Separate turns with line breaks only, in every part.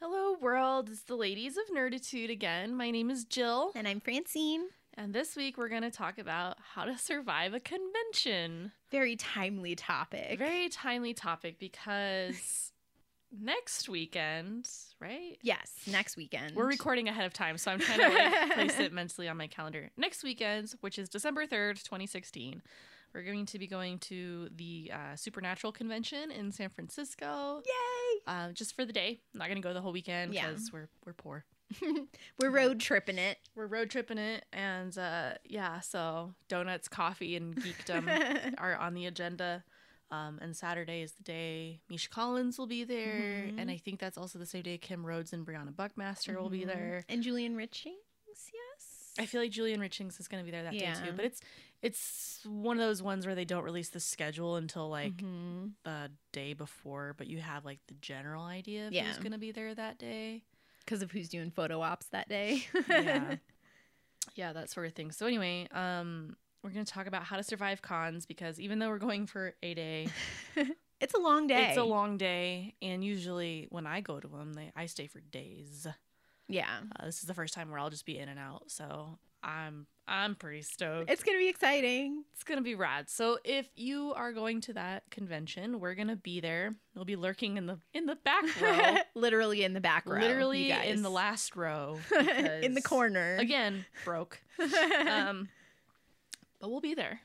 Hello, world. It's the ladies of Nerditude again. My name is Jill,
And I'm Francine.
and this week we're going to talk about how to survive a convention.
Very timely topic.
Very timely topic because next weekend, right?
yes, next weekend.
We're recording ahead of time, so I'm trying to like, place it mentally on my calendar. Next weekend, which is December 3rd, 2016, we're going to be going to the uh, Supernatural Convention in San Francisco
Yay!
uh, just for the day. I'm not going to go the whole weekend
Yeah.
because we're, we're poor.
We're road tripping it.
we're road tripping it and uh yeah so donuts coffee and geekdom are on the agenda um and saturday is the day misha collins will be there
Mhm.
and i think that's also the same day kim rhodes and brianna buckmaster will be
Mhm.
there
And Julian Richings, yes.
i feel like julian richings is going to be there that day
Yeah.
too but it's it's one of those ones where they don't release the schedule until like
Mhm.
the day before but you have like the general idea of who's
Yeah.
going to be there that day
Because of who's doing photo ops that day.
yeah. yeah, that sort of thing. So anyway, um, we're gonna talk about how to survive cons because even though we're going for a day,
It's a long day.
it's a long day, and usually when I go to them, they I stay for days.
Yeah.
Uh, this is the first time where I'll just be in and out, so I'm I'm pretty stoked.
It's going to be exciting.
It's gonna be rad. So if you are going to that convention, we're gonna be there. We'll be lurking in the in the back row,
Literally in the back row. you
literally
guys.
in the last row,
in the
because-
corner.
Again, broke. Um, but we'll be there.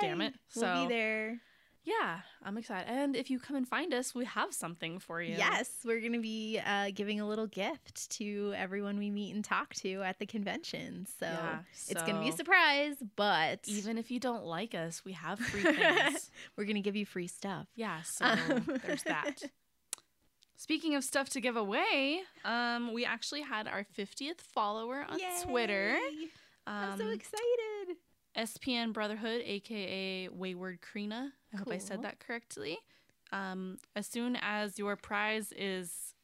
damn
Yay!
it.
We'll
So-
be there.
Yeah, I'm excited. And if you come and find us, we have something for you.
Yes, we're going to be uh, giving a little gift to everyone we meet and talk to at the convention. So
Yeah,
it's going to be a
so
surprise, but
Even if you don't like us, we have free things.
we're going to give you free stuff.
yeah, so
Um.
there's that. Speaking of stuff to give away, um, we actually had our 50th follower on Twitter.
Yay! I'm
Um,
so excited.
SPN Brotherhood, aka Wayward Krina. I hope I said
Cool.
that correctly. Um, as soon as your prize is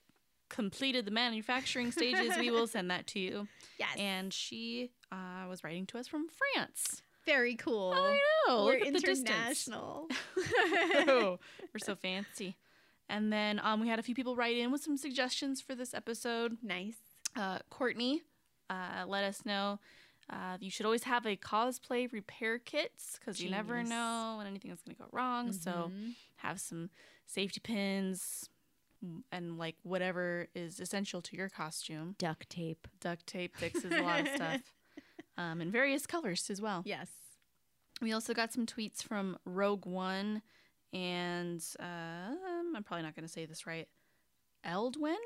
completed the manufacturing stages, we will send that to you.
Yes.
and she uh, was writing to us from France.
very cool.
I know.
Oh, we're
look at the distance.
international.
Oh, we're so fancy. And then um, we had a few people write in with some suggestions for this episode.
nice.
Uh, Courtney uh, let us know uh, you should always have a cosplay repair kit because you never
Genius.
know when anything is going to go wrong. So
Mhm.
have some safety pins and like whatever is essential to your costume.
duct tape.
Duct tape fixes a lot of stuff. Um, in various colors as well.
Yes.
We also got some tweets from Rogue One and um, I'm probably not going to say this right. Eldwin?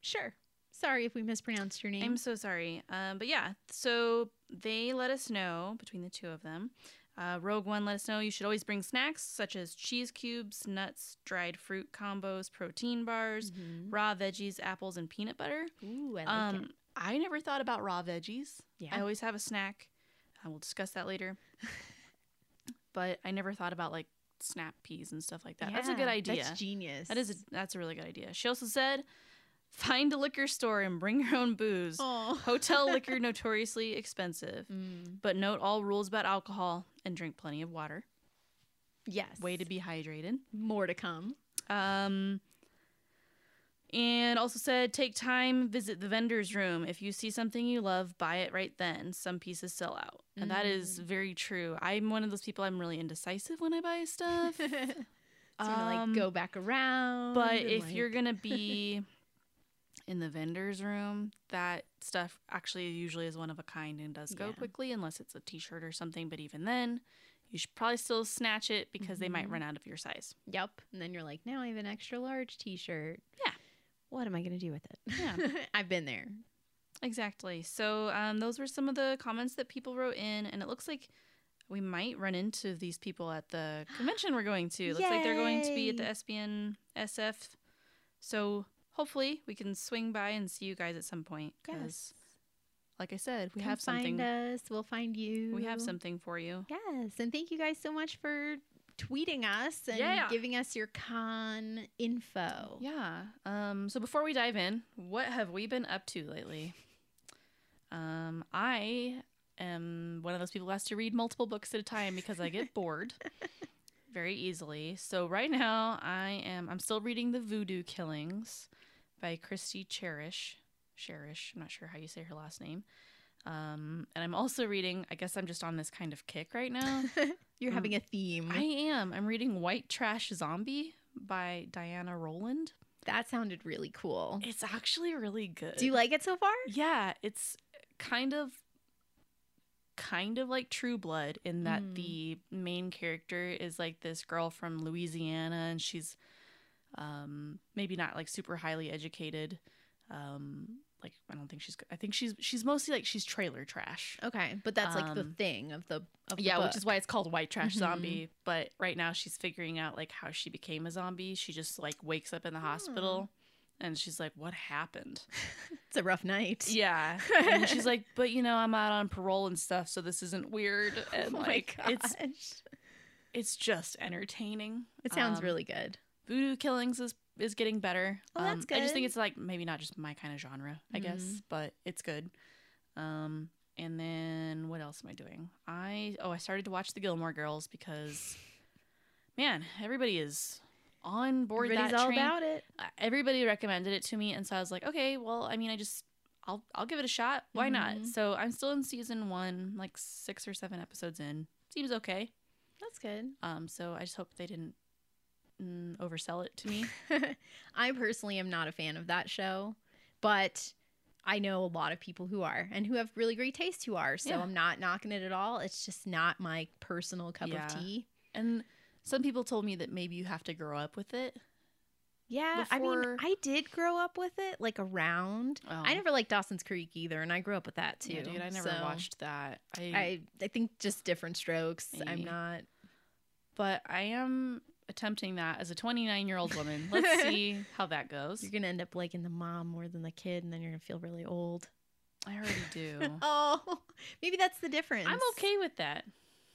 Sure. Sorry if we mispronounced your name.
I'm so sorry. Um, but yeah, so they let us know between the two of them. Uh, Rogue One let us know you should always bring snacks such as cheese cubes, nuts, dried fruit combos, protein bars,
Mhm.
raw veggies, apples, and peanut butter.
Ooh, I like
um,
it.
I never thought about raw veggies. I
Yeah.
always have a snack. I will discuss that later. but I never thought about like snap peas and stuff like that. that's a
Yeah,
good idea.
That's genius.
that is a, that's a really good idea. She also said, find a liquor store and bring your own booze.
Oh.
Hotel liquor notoriously expensive.
Mm,
But note all rules about alcohol and drink plenty of water.
Yes.
Way to be hydrated.
more to come.
Um, and also said, take time, visit the vendor's room. If you see something you love, buy it right then. Some pieces sell out. And that
Mm.
is very true. I'm one of those people, I'm really indecisive when I buy stuff.
sort of
Um,
like go back around.
but
and,
if
like-
you're going to be in the vendor's room, that stuff actually usually is one of a kind and does go
Yeah.
quickly, unless it's a t shirt or something. But even then, you should probably still snatch it because they might
Mhm.
run out of your size.
Yep. And then you're like, now I have an extra large t shirt.
Yeah.
What am I going to do with it?
Yeah.
I've been there.
Exactly. So um, those were some of the comments that people wrote in, and it looks like we might run into these people at the convention we're going to. Looks like they're going to be at the
Yay!
SBN SF. So hopefully we can swing by and see you guys at some point. Because, like I said, we
Come
have something.
Find us. We'll find you.
We have something for you.
Yes. And thank you guys so much for tweeting us and
Yeah.
giving us your con info.
Yeah. Um, so before we dive in, what have we been up to lately? Um, I am one of those people who has to read multiple books at a time because I get bored very easily. So right now I am I'm still reading The Voodoo Killings by Christy Cherish. Cherish, I'm not sure how you say her last name. Um, and I'm also reading, I guess I'm just on this kind of kick right now.
You're
Mm.
having a theme.
I am. I'm reading White Trash Zombie by Diana Rowland.
that sounded really cool.
It's actually really good.
Do you like it so far?
Yeah, it's kind of kind of like True Blood in that
Mm.
the main character is like this girl from Louisiana and she's um maybe not like super highly educated. Um like I don't think she's I think she's she's mostly like she's trailer trash.
Okay, but that's like the
Um,
thing of the of the
yeah, which is
book.
why it's called White Trash
Mhm.
Zombie, but right now she's figuring out like how she became a zombie. She just like wakes up in the hospital and she's like what happened?
it's a rough night.
Yeah. And she's like, but you know, I'm out on parole and stuff, so this isn't weird.
Oh
And
my
like, it's
gosh.
it's just entertaining.
it sounds
Um,
really good.
Voodoo Killings is is getting better. Um,
Oh, that's
I just think
good. Mm-hmm.
it's like maybe not just my kind of genre, I guess, but it's good. Um, and then what else am I doing? I oh, I started to watch The Gilmore Girls because, man, everybody is on board
Everybody's
that
all
train
about it.
uh, everybody recommended it to me and so i was like okay well i mean i just i'll i'll give it a shot why not
Mhm.
so i'm still in season one like six or seven episodes in seems okay
That's good.
um so i just hope they didn't mm, oversell it to me
I personally am not a fan of that show, but I know a lot of people who are and who have really great taste who are. So
Yeah.
I'm not knocking it at all. It's just not my personal cup
Yeah.
of tea.
and some people told me that maybe you have to grow up with it
Yeah, I mean,
Before-
I did grow up with it, like around. um,
oh.
I never liked Dawson's Creek either, and I grew up with that too.
yeah, dude i never
so
watched that I,
I I think just different strokes. I'm
Maybe.
not.
but i am attempting that as a 29 year old woman let's see how that goes
You're gonna end up liking the mom more than the kid, and then you're gonna feel really old.
i already do
Oh, maybe that's the difference.
Uh-huh. i'm okay with that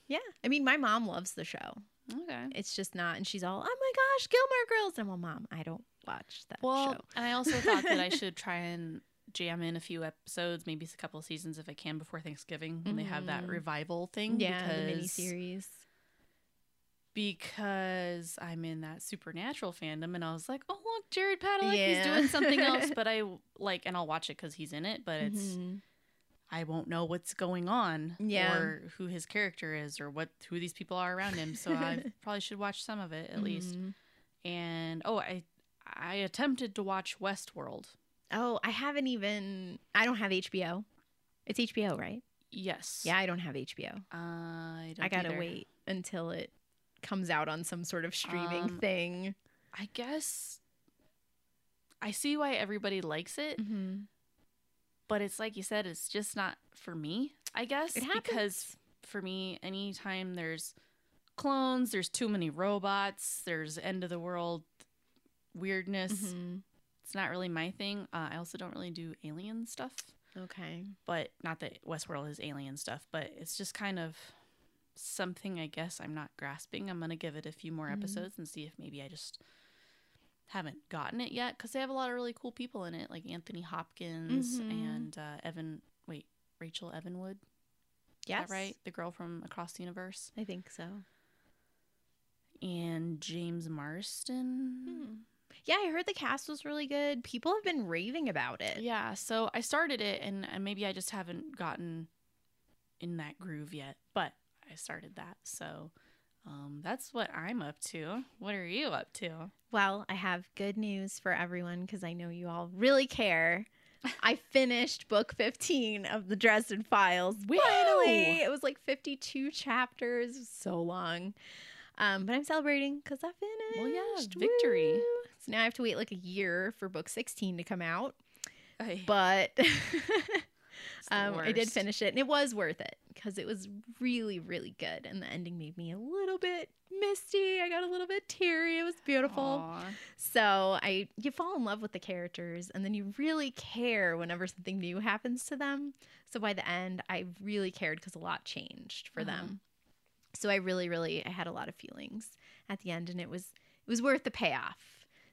Yeah, I mean, my mom loves the show.
okay
It's just not, and she's all, "Oh my gosh, Gilmore Girls!" And I'm all, "Mom, I don't watch that
Well,
show."
and I also thought that I should try and jam in a few episodes, maybe a couple seasons if I can before Thanksgiving when they have that
Mhm.
revival thing.
Yeah, the mini
because,
series.
Because I'm in that supernatural fandom, and I was like, oh look, Jared Padalecki's
Yeah.
doing something else, but I like, and I'll watch it because he's in it, but it's I won't know what's going on,
Mm-hmm. Yeah.
or who his character is, or what who these people are around him. So I probably should watch some of it at least.
mm-hmm.
And oh, I I attempted to watch Westworld.
Oh, I haven't even. I don't have HBO. It's HBO, right?
Yes.
Yeah, I don't have HBO.
I don't
I gotta
either.
wait until it comes out on some sort of streaming
Um,
thing.
I guess I see why everybody likes it,
Mm-hmm.
but it's like you said, it's just not for me, I guess.
It happens.
Because for me, anytime there's clones, there's too many robots, there's end of the world weirdness,
Mm-hmm.
it's not really my thing. Uh, I also don't really do alien stuff,
Okay.
but not that Westworld is alien stuff, but it's just kind of something I guess I'm not grasping. I'm going to give it a few more
Mhm.
episodes and see if maybe I just haven't gotten it yet because they have a lot of really cool people in it, like Anthony Hopkins
Mhm.
and uh, Evan. Wait, Rachel Evanwood. Is
Yes.
that right? The girl from Across the Universe
I think so.
and James
Hmm.
Marston.
Yeah, I heard the cast was really good. People have been raving about it.
Yeah, so I started it and, and maybe I just haven't gotten in that groove yet, but I started that. So um, that's what I'm up to. What are you up to?
Well, I have good news for everyone because I know you all really care. I finished book 15 of the Dresden Files.
Woo!
Finally! It was like 52 chapters, so long. Um, but I'm celebrating because I finished.
Well, yeah, victory.
Woo! So now I have to wait like a year for book 16 to come out.
I,
But
it's the
um, I did
worst.
finish it and it was worth it because it was really, really good. And the ending made me a little bit misty. I got a little bit teary. It was beautiful.
Aw.
So I you fall in love with the characters and then you really care whenever something new happens to them. So by the end, I really cared cuz a lot changed for
Uh-huh.
them. So I really really I had a lot of feelings at the end and it was it was worth the payoff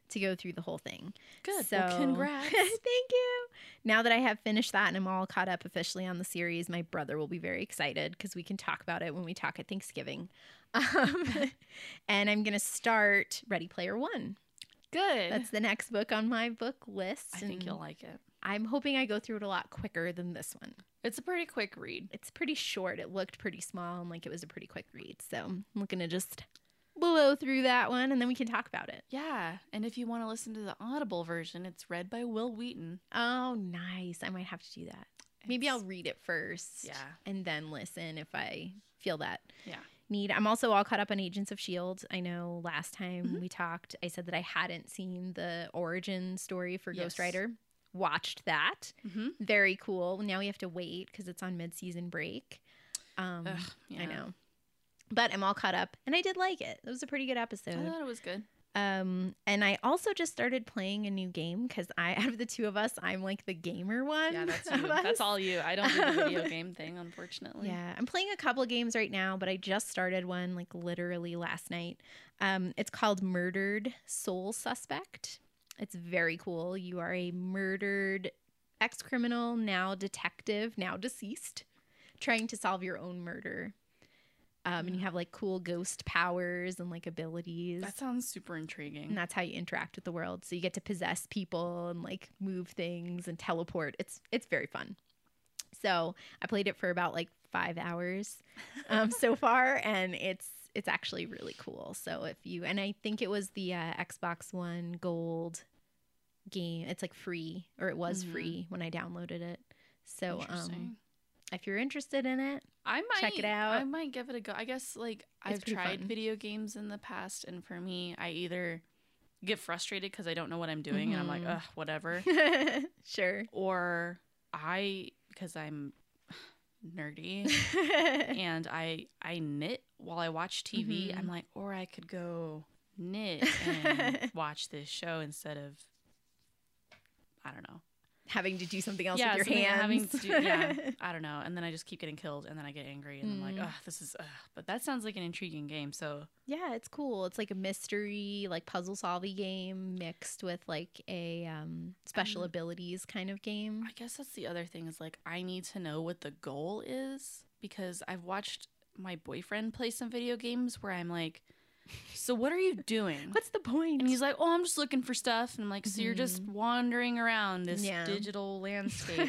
to go through the whole thing.
Good.
So
well, congrats.
Thank you. Now that I have finished that and I'm all caught up officially on the series, my brother will be very excited because we can talk about it when we talk at Thanksgiving. Um, and I'm going to start Ready Player 1.
Good.
That's the next book on my book list.
I think
and
you'll like it.
I'm hoping I go through it a lot quicker than this one.
it's a pretty quick read.
It's pretty short. It looked pretty small and like it was a pretty quick read. So I'm looking to just blow through that one and then we can talk about it.
Yeah, and if you want to listen to the Audible version, it's read by Will Wheaton.
Oh, nice. I might have to do that. Maybe I'll read it first.
Yeah.
And then listen if I feel that.
Yeah.
Need. I'm also all caught up on Agents of S.H.I.E.L.D. I know last time
Mm-hmm.
we talked, I said that I hadn't seen the origin story for
Yes.
Ghost Rider. Watched that.
Mm-hmm.
Very cool. Now we have to wait because it's on mid season break. Um,
yeah.
I know. But I'm all caught up and I did like it. It was a pretty good
I
episode.
thought it was good.
Um, and I also just started playing a new game because I, out of the two of us, I'm like the gamer one.
Yeah, that's
of
you. That's
us.
all you. I don't do the video
Um,
game thing, unfortunately.
Yeah, I'm playing a couple games right now, but I just started one like literally last night. Um, it's called Murdered Soul Suspect. It's very cool. You are a murdered ex criminal, now detective, now deceased, trying to solve your own murder. Um, and you have like cool ghost powers and like abilities.
That sounds super intriguing.
and that's how you interact with the world. So you get to possess people and like move things and teleport. It's it's very fun. So I played it for about like five hours um, so far, and it's it's actually really cool. So if you and I think it was the uh, Xbox One Gold game. It's like free, or it was
Mhm.
free when I downloaded it. So um,
Interesting.
if you're interested in it,
I might
check it out.
I might give it a go. I guess like I've
pretty
tried
fun.
video games in the past, and for me, I either get frustrated because I don't know what I'm doing, and I'm like,
Mhm.
ugh, whatever,
sure.
or I because I'm nerdy and I I knit while I watch
Mm-hmm.
TV. I'm like, or I could go knit and watch this show instead of I don't know.
having to do something else with your
something I'm
hands.
having to do- yeah, I don't know. And then I just keep getting killed, and then I get angry, and I'm
Mm.
like, oh, this is. Ugh. But that sounds like an intriguing game. So
Yeah, it's cool. It's like a mystery, like puzzle solving game mixed with like a um, special
Um,
abilities kind of game.
I guess that's the other thing is like I need to know what the goal is because I've watched my boyfriend play some video games where I'm like, so what are you doing?
What's the point?
And he's like, "Oh, I'm just looking for stuff." And I'm like, "So you're just wandering around this
Yeah.
digital landscape?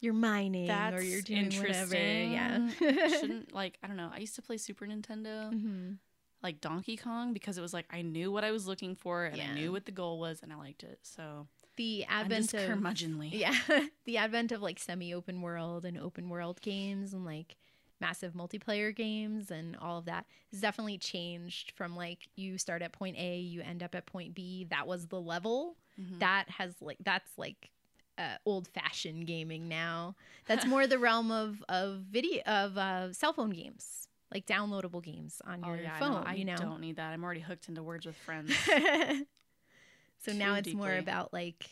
you're mining or
That's
you're doing whatever. Yeah.
Shouldn't like I don't know. I used to play Super Nintendo,
hmm
like Donkey Kong, because it was like I knew what I was looking for and
Yeah.
I knew what the goal was, and I liked it. So
The
I'm just
advent of
curmudgeonly.
yeah, the advent of like semi-open world and open world games and like massive multiplayer games and all of that has definitely changed from like you start at point A, you end up at point B. That was the level.
Mhm.
that has like that's like uh, old fashioned gaming now. That's more the realm of of video of uh, cell phone games, like downloadable games on
Oh
your
yeah,
phone.
I,
you
know,
know.
I don't need that. I'm already hooked into words with friends.
so now
too
it's more
deeply.
about like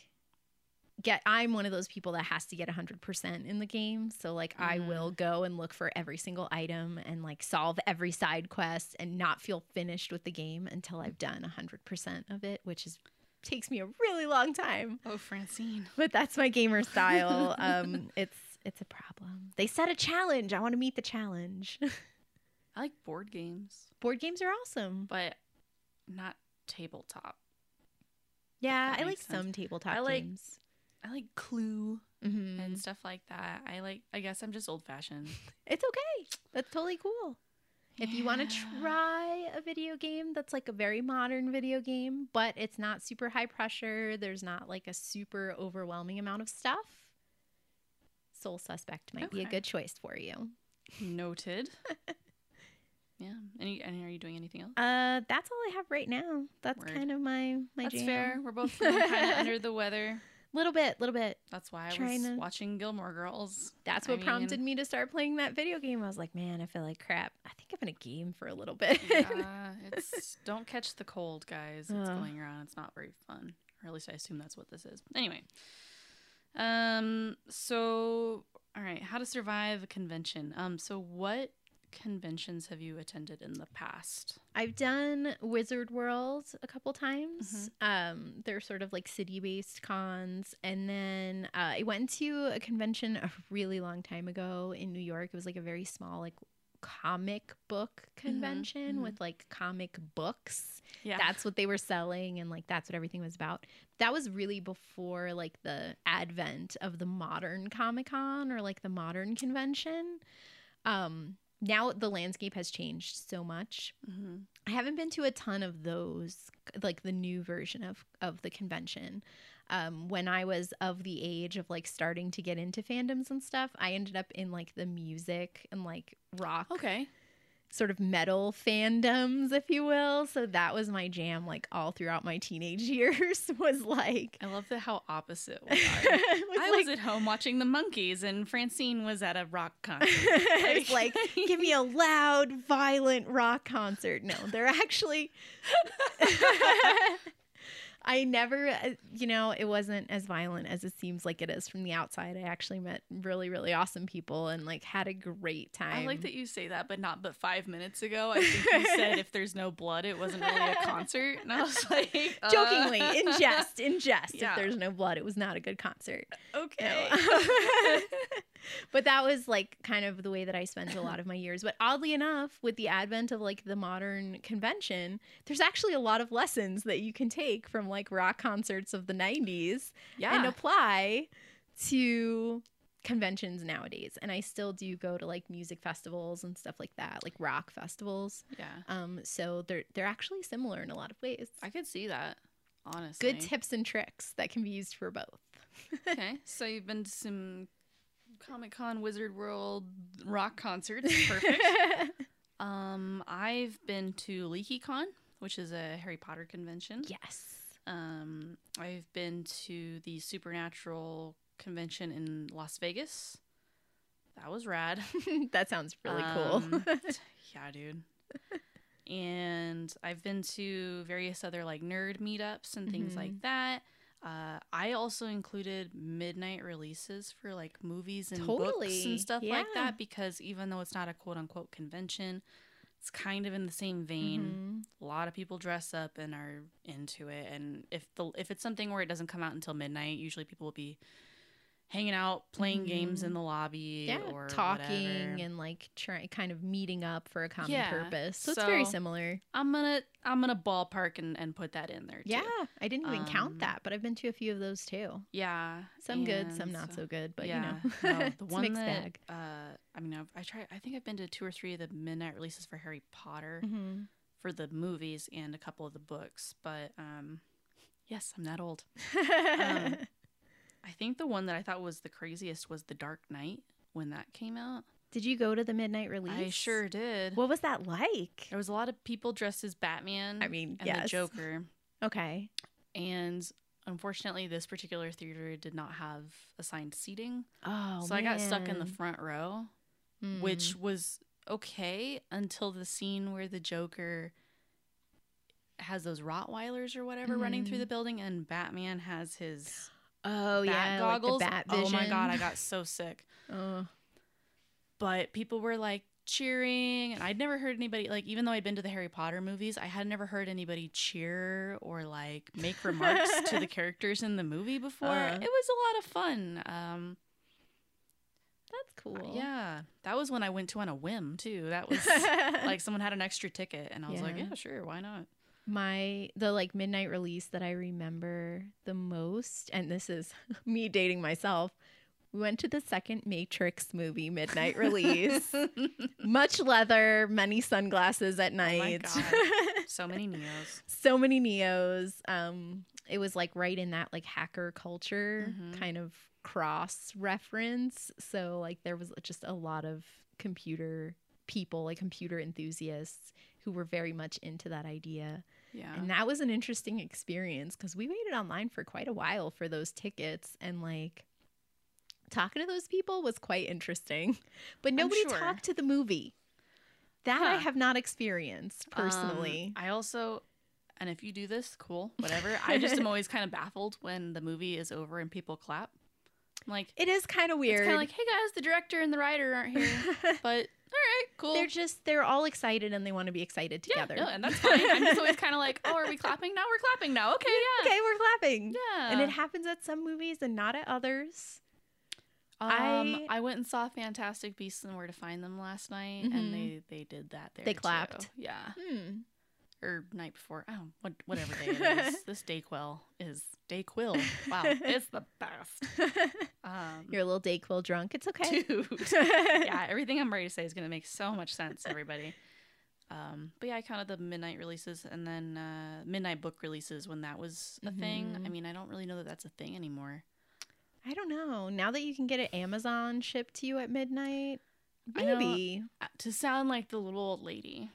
get. I'm one of those people that has to get 100 percent in the game. So like I
Mhm.
will go and look for every single item and like solve every side quest and not feel finished with the game until I've done 100 percent of it, which is takes me a really long time
oh, Francine.
but that's my gamer style. Um, it's it's a problem. They set a challenge. I want to meet the challenge.
I like board games,
Board games are awesome.
but not tabletop.
Yeah,
that
I like
makes sense.
some tabletop
I like-
games.
I like Clue
Mhm.
and stuff like that. I like. I guess I'm just old fashioned.
It's okay. That's totally cool. If you want to
Yeah.
try a video game that's like a very modern video game, but it's not super high pressure, there's not like a super overwhelming amount of stuff, Soul Suspect might be a
Okay.
good choice for you.
Noted. yeah. Any, and are you doing anything else?
Uh, that's all I have right now. That's
Word.
kind of my my
That's
jam.
fair. We're both kind of under the weather.
Little bit, little bit.
That's why I
Trying
was
to-
watching Gilmore Girls.
That's
I
what prompted
mean,
me to start playing that video game. I was like, man, I feel like crap. I think I'm in a game for a little bit.
yeah, it's don't catch the cold, guys. It's
Ugh.
going around. It's not very fun. Or at least I assume that's what this is. Anyway. Um so all right, how to survive a convention. Um so what conventions have you attended in the past?
I've done Wizard World a couple times.
Mm-hmm.
Um, they're sort of like city based cons. And then uh, I went to a convention a really long time ago in New York. It was like a very small, like comic book
Mm-hmm.
convention with like comic books.
Yeah.
That's what they were selling and like that's what everything was about. That was really before like the advent of the modern Comic-Con or like the modern convention. Um now the landscape has changed so much.
hmm
I haven't been to a ton of those, like the new version of of the convention. Um, when I was of the age of like starting to get into fandoms and stuff, I ended up in like the music and like rock,
Okay.
sort of metal fandoms, if you will. So that was my jam, like all throughout my teenage years, was like,
I love the how opposite we
was
are. Oh I was at
like-
home watching the monkeys, and Francine was at a rock concert.
it's like give me a loud violent rock concert no they're actually i never uh, you know it wasn't as violent as it seems like it is from the outside i actually met really really awesome people and like had a great time
I like that you say that, but not but five minutes ago. I think you said if there's no blood, it wasn't really a concert, and I was like, uh,
jokingly in jest in jest
Yeah.
if there's no blood it was not a good concert
Okay.
No.
Oh.
but that was like kind of the way that I spent a lot of my years. But oddly enough, with the advent of like the modern convention, there's actually a lot of lessons that you can take from like rock concerts of the 90s
yeah.
and apply to conventions nowadays. And I still do go to like music festivals and stuff like that, like rock festivals.
yeah.
Um so they're they're actually similar in a lot of ways.
I could see that. Honestly.
Good tips and tricks that can be used for both.
okay. So you've been to some Comic Con, Wizard World, rock concerts. Perfect. um, I've been to Leaky Con, which is a Harry Potter convention.
yes.
Um, I've been to the Supernatural convention in Las Vegas. That was rad.
that sounds really
Um,
cool.
yeah, dude. And I've been to various other like nerd meetups and things
Mm-hmm.
like that. Uh, I also included midnight releases for like movies and books
Totally,
and stuff like
yeah.
that because even though it's not a quote unquote convention, it's kind of in the same vein
Mm-hmm.
a lot of people dress up and are into it and if the if it's something where it doesn't come out until midnight usually people will be hanging out playing games in the lobby
Mm-hmm. Yeah,
or
talking
whatever.
and like try, kind of meeting up for a common
Yeah,
purpose. So, it's very
so-
similar.
i'm gonna i'm gonna ballpark and, and put that in there too.
Yeah, I didn't even
Um,
count that, but I've been to a few of those too.
yeah
Some good, some
and
not so good, but
yeah,
you know,
no, the
it's a
one
mixed
that
bag.
uh i mean I've, i try i think i've been to two or three of the midnight releases for harry potter
Mhm.
for the movies and a couple of the books but um yes i'm that old Um, I think the one that I thought was the craziest was The Dark Knight when that came out.
Did you go to the midnight release?
I sure did.
What was that like?
there was a lot of people dressed as Batman
I mean,
and
yes.
the Joker.
Okay.
And unfortunately, this particular theater did not have assigned seating.
Oh,
so I got stuck in the
man.
front row,
Mm.
which was okay until the scene where the Joker has those Rottweilers or whatever running through the
Mhm.
building and Batman has his
oh
bat
yeah, like the
goggles.
bat
oh my
vision.
god, I got so sick.
Oh.
but people were like cheering and i'd never heard anybody like even though i'd been to the harry potter movies i had never heard anybody cheer or like make remarks to the characters in the movie before
Uh.
it was a lot of fun um
that's cool.
Uh, yeah that was when i went to on a whim too that was like someone had an extra ticket and i was like
Yeah.
yeah sure why not
my the like midnight release that I remember the most, and this is me dating myself. We went to the second Matrix movie midnight release. Much leather, many sunglasses at night.
God. so many neos
so many neos. Um, it was like right in that like hacker culture
Mhm.
kind of cross reference. So like there was just a lot of computer people, like computer enthusiasts who were very much into that idea.
yeah
And that was an interesting experience because we waited online for quite a while for those tickets and like talking to those people was quite interesting. But nobody
sure.
talked to the movie. That I
Huh.
have not experienced
Um,
personally.
I also, and if you do this, cool, whatever. I just am always kind of baffled when the movie is over and people clap. I'm like,
it is kind of
it's
weird.
kind of like, hey guys, the director and the writer aren't here, but all right, cool.
they're just they're all excited and they want to be excited
yeah,
together.
no, and that's fine. I'm just always kind of like, oh, are we clapping now? We're clapping now. Okay, yeah,
okay, we're clapping.
yeah.
And it happens at some movies and not at others.
Um,
I-
I went and saw Fantastic Beasts and Where to Find Them last night,
Mhm.
and they they did that there.
They
too.
clapped.
yeah,
Hmm.
or night before. I don't what whatever day it is. This Dayquil is Dayquil. Wow, it's the best. Um,
You're a little Dayquil drunk. It's okay.
dude. yeah, everything I'm ready to say is gonna make so much sense, everybody. Um, but yeah, I counted the midnight releases and then uh, midnight book releases when that was a thing. I
Mhm.
mean, I don't really know that that's a thing anymore.
I don't know. Now that you can get an Amazon shipped to you at midnight,
I know.
maybe.
Uh, To sound like the little old lady,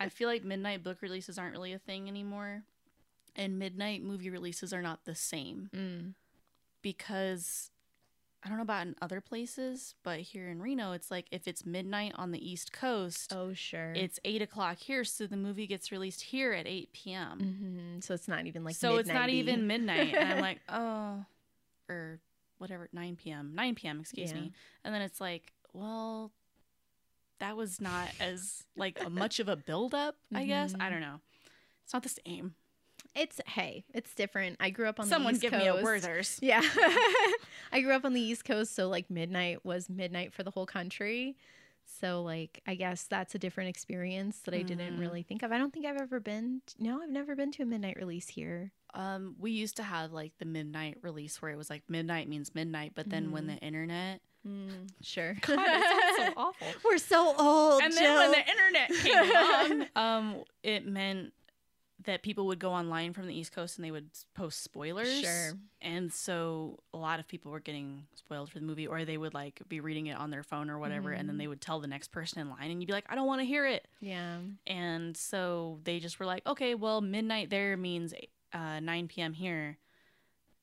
I feel like midnight book releases aren't really a thing anymore, and midnight movie releases are not the same
Mm.
because I don't know about in other places, but here in Reno, it's like if it's midnight on the East Coast,
Oh, sure.
it's eight o'clock here, so the movie gets released here at eight p.m.
Mhm. so it's not even like
so it's not
midnight-y.
even midnight, and I'm like, oh, or whatever, nine p.m. nine p.m. Excuse
Yeah.
me, and then it's like, well, that was not as like a much of a buildup, I guess. I
Mhm.
don't know. It's not the same.
It's hey, it's different. I grew up on
Someone
the East
give
Coast.
me a Werther's.
Yeah. I grew up on the East Coast, so like midnight was midnight for the whole country. So like I guess that's a different experience that I didn't
Mhm.
really think of. I don't think I've ever been t- no, I've never been to a midnight release here.
Um, we used to have like the midnight release where it was like midnight means midnight, but then
Mm-hmm.
when the internet,
Sure.
Hmm. God, that sounds so awful.
We're so old.
and then when
Jill.
the internet came along, um, it meant that people would go online from the East Coast and they would s- post spoilers.
Sure.
And so a lot of people were getting spoiled for the movie, or they would like be reading it on their phone or whatever, and then
Mhm.
they would tell the next person in line, and you'd be like, "I don't want to hear it."
Yeah.
And so they just were like, "Okay, well, midnight there means uh, 9 p.m. here,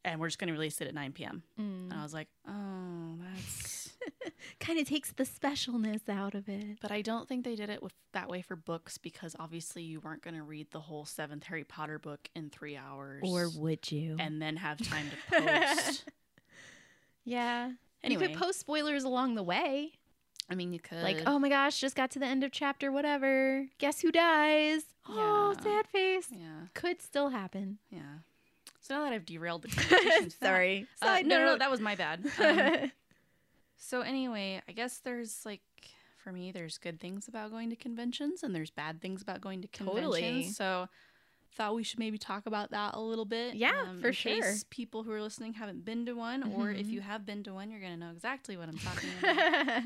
and we're just going to release it at 9 p.m."
Mm.
And
Um,
I was like, "Oh, that's."
Kind of takes the specialness out of it.
But I don't think they did it with that way for books because obviously you weren't going to read the whole seventh Harry Potter book in three hours,
Or would you?
and then have time to post.
yeah.
anyway,
You could post spoilers along the way.
I mean, you could
like oh my gosh just got to the end of chapter whatever guess who dies oh
Yeah.
sad face
yeah,
could still happen
yeah. So now that I've derailed the conversation, to that-
sorry
Uh,
Side
no, no, no,
note.
that was my bad. Um, so anyway, I guess there's like for me, there's good things about going to conventions and there's bad things about going to conventions.
Totally.
So thought we should maybe talk about that a little bit. um,
Yeah, for
in case
sure.
people who are listening haven't been to one, or if
Mhm.
you have been to one, you're gonna know exactly what I'm talking about.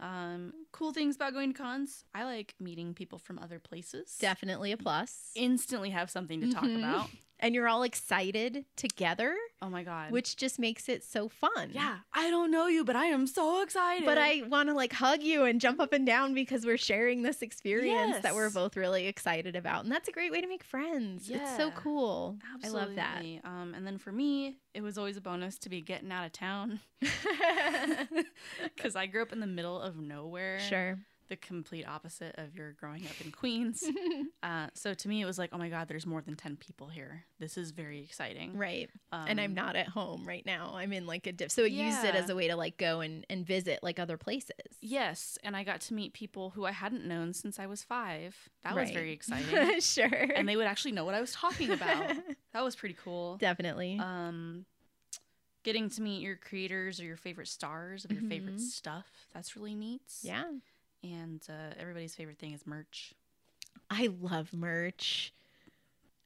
um, cool things about going to cons. I like meeting people from other places.
definitely a plus
Instantly have something to talk
Mhm.
about.
and you're all excited together
Oh my god.
which just makes it so fun
yeah, I don't know you, but I am so excited.
but I want to like hug you and jump up and down because we're sharing this experience that we're
Yes.
both really excited about. And that's a great way to make friends. It's so
Yeah.
cool.
Absolutely.
I
Um, and then for me, it was always a bonus to be getting out of town
love that.
because I grew up in the middle of nowhere.
sure.
The complete opposite of your growing up in Queens. uh, so to me, it was like, oh my God, there's more than 10 people here. This is very exciting.
right.
Um,
and I'm not at home right now. I'm in like a diff. So it used it
Yeah.
as a way to like go and, and visit like other places.
Yes. And I got to meet people who I hadn't known since I was five. That was
Right.
very exciting.
sure.
and they would actually know what I was talking about. that was pretty cool.
Definitely.
um getting to meet your creators or your favorite stars of your
Mhm.
favorite stuff that's really neat
yeah.
and uh, everybody's favorite thing is merch
I love merch.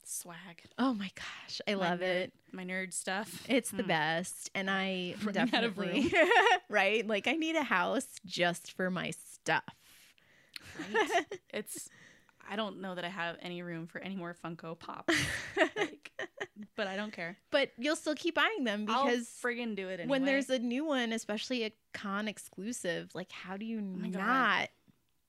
swag
Oh my gosh. I
My
love
nerd-
it.
my nerd stuff
It's the
Mm.
best. And I
Running out of
definitely, right? Like I need a house just for my stuff.
right? it's i don't know that i have any room for any more funko pop like, but i don't care
but you'll still keep buying them because
i'll friggin do it anyway.
when there's a new one, especially a con exclusive, like how do you
Oh my God.
not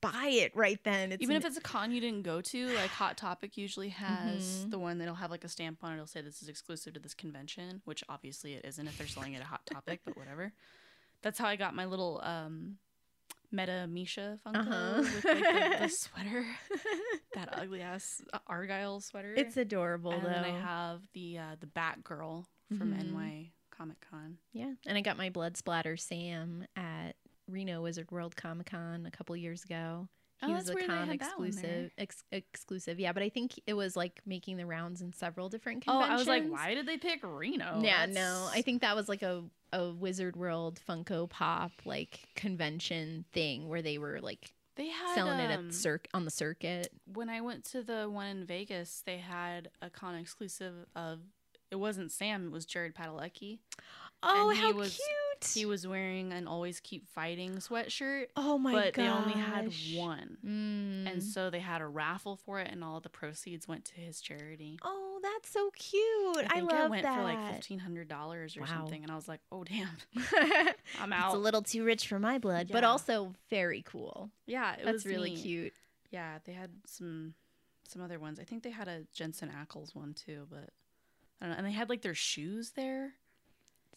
buy it right then? It's
even
n-
if it's a con you didn't go to like hot topic usually has
Mhm.
the one that'll have like a stamp on it it'll say this is exclusive to this convention which obviously it isn't if they're selling it at hot topic but whatever that's how i got my little um meta misha funko
Uh-huh.
with like, the, the sweater that ugly ass argyle sweater
It's adorable
and
though.
then i have the uh the batgirl from
Mhm.
ny comic con
yeah, and I got my blood splatter Sam at Reno Wizard World Comic Con a couple years ago. He
Oh,
was
that's
a
weird they
con
had that one there.
exclusive, ex- exclusive. Yeah, but I think it was like making the rounds in several different
Oh,
conventions.
I was like, why did they pick Reno?
yeah, no,
That's-
I think that was like a a Wizard World Funko Pop like convention thing where they were like
they had
selling it
um,
at circ on the circuit.
when I went to the one in Vegas, they had a con exclusive of it wasn't Sam, it was Jared Padalecki.
Oh,
and he
how
was-
cute!
He was wearing an always keep fighting sweatshirt,
oh my
but
god!
they only had one.
Mm.
And so they had a raffle for it and all the proceeds went to his charity.
oh, that's so cute! I,
think
love
it went
that.
for like fifteen hundred dollars or
Wow.
something, and I was like, "Oh damn, I'm
it's
out."
a little too rich for my blood, but
Yeah.
also very cool.
yeah, it
that's
was
really
neat.
cute.
Yeah, they had some some other ones. I think they had a Jensen Ackles one too, but I don't know. And they had like their shoes there.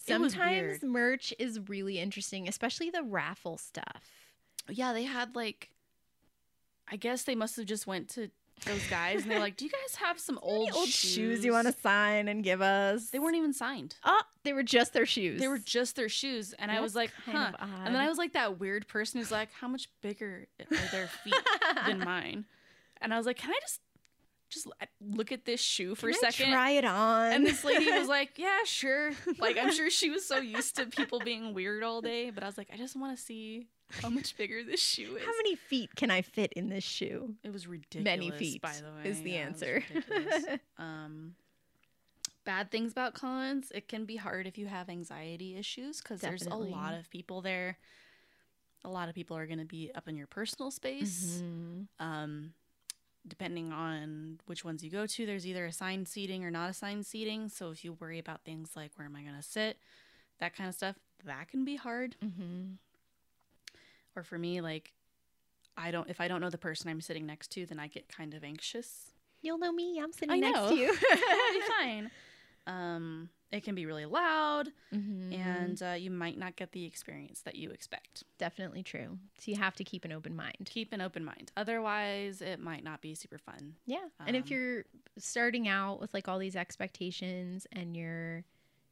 It was
Sometimes
weird.
merch is really interesting, especially the raffle stuff.
Yeah, they had like I guess they must have just went to those guys and they're like, "Do you guys have some old
wanna sign and give us?
They weren't even signed.
Oh, they were just their shoes.
They were just their shoes, and I was like,
That's kind
"Huh."
of
And then I
odd.
was like that weird person who's like, "How much bigger are their feet than mine?" And I was like, "Can I just just l- look at this shoe for
Can
a
I
second?
Try it on.
And this lady was like, "Yeah, sure." Like I'm sure she was so used to people being weird all day, but I was like, "I just want to see how much bigger this shoe is."
"How many feet can I fit in this shoe?"
It was ridiculous.
Many feet
by the way,
is the
Yeah, it was
answer.
ridiculous. um, bad things about cons: it can be hard if you have anxiety issues because there's a
Definitely.
lot of people there. A lot of people are going to be up in your personal space.
Mhm.
Um, depending on which ones you go to, there's either assigned seating or not assigned seating. So if you worry about things like where am I going to sit, that kind of stuff, that can be hard
Mhm.
or for me like i don't if i don't know the person i'm sitting next to then i get kind of anxious
You'll know me. I'm sitting
I
next
know.
to you.
It'll be fine um it can be really loud
Mhm.
and uh, you might not get the experience that you expect
definitely true. So you have to keep an open mind.
keep an open mind otherwise it might not be super fun
Yeah. and if
Um,
you're starting out with like all these expectations and you're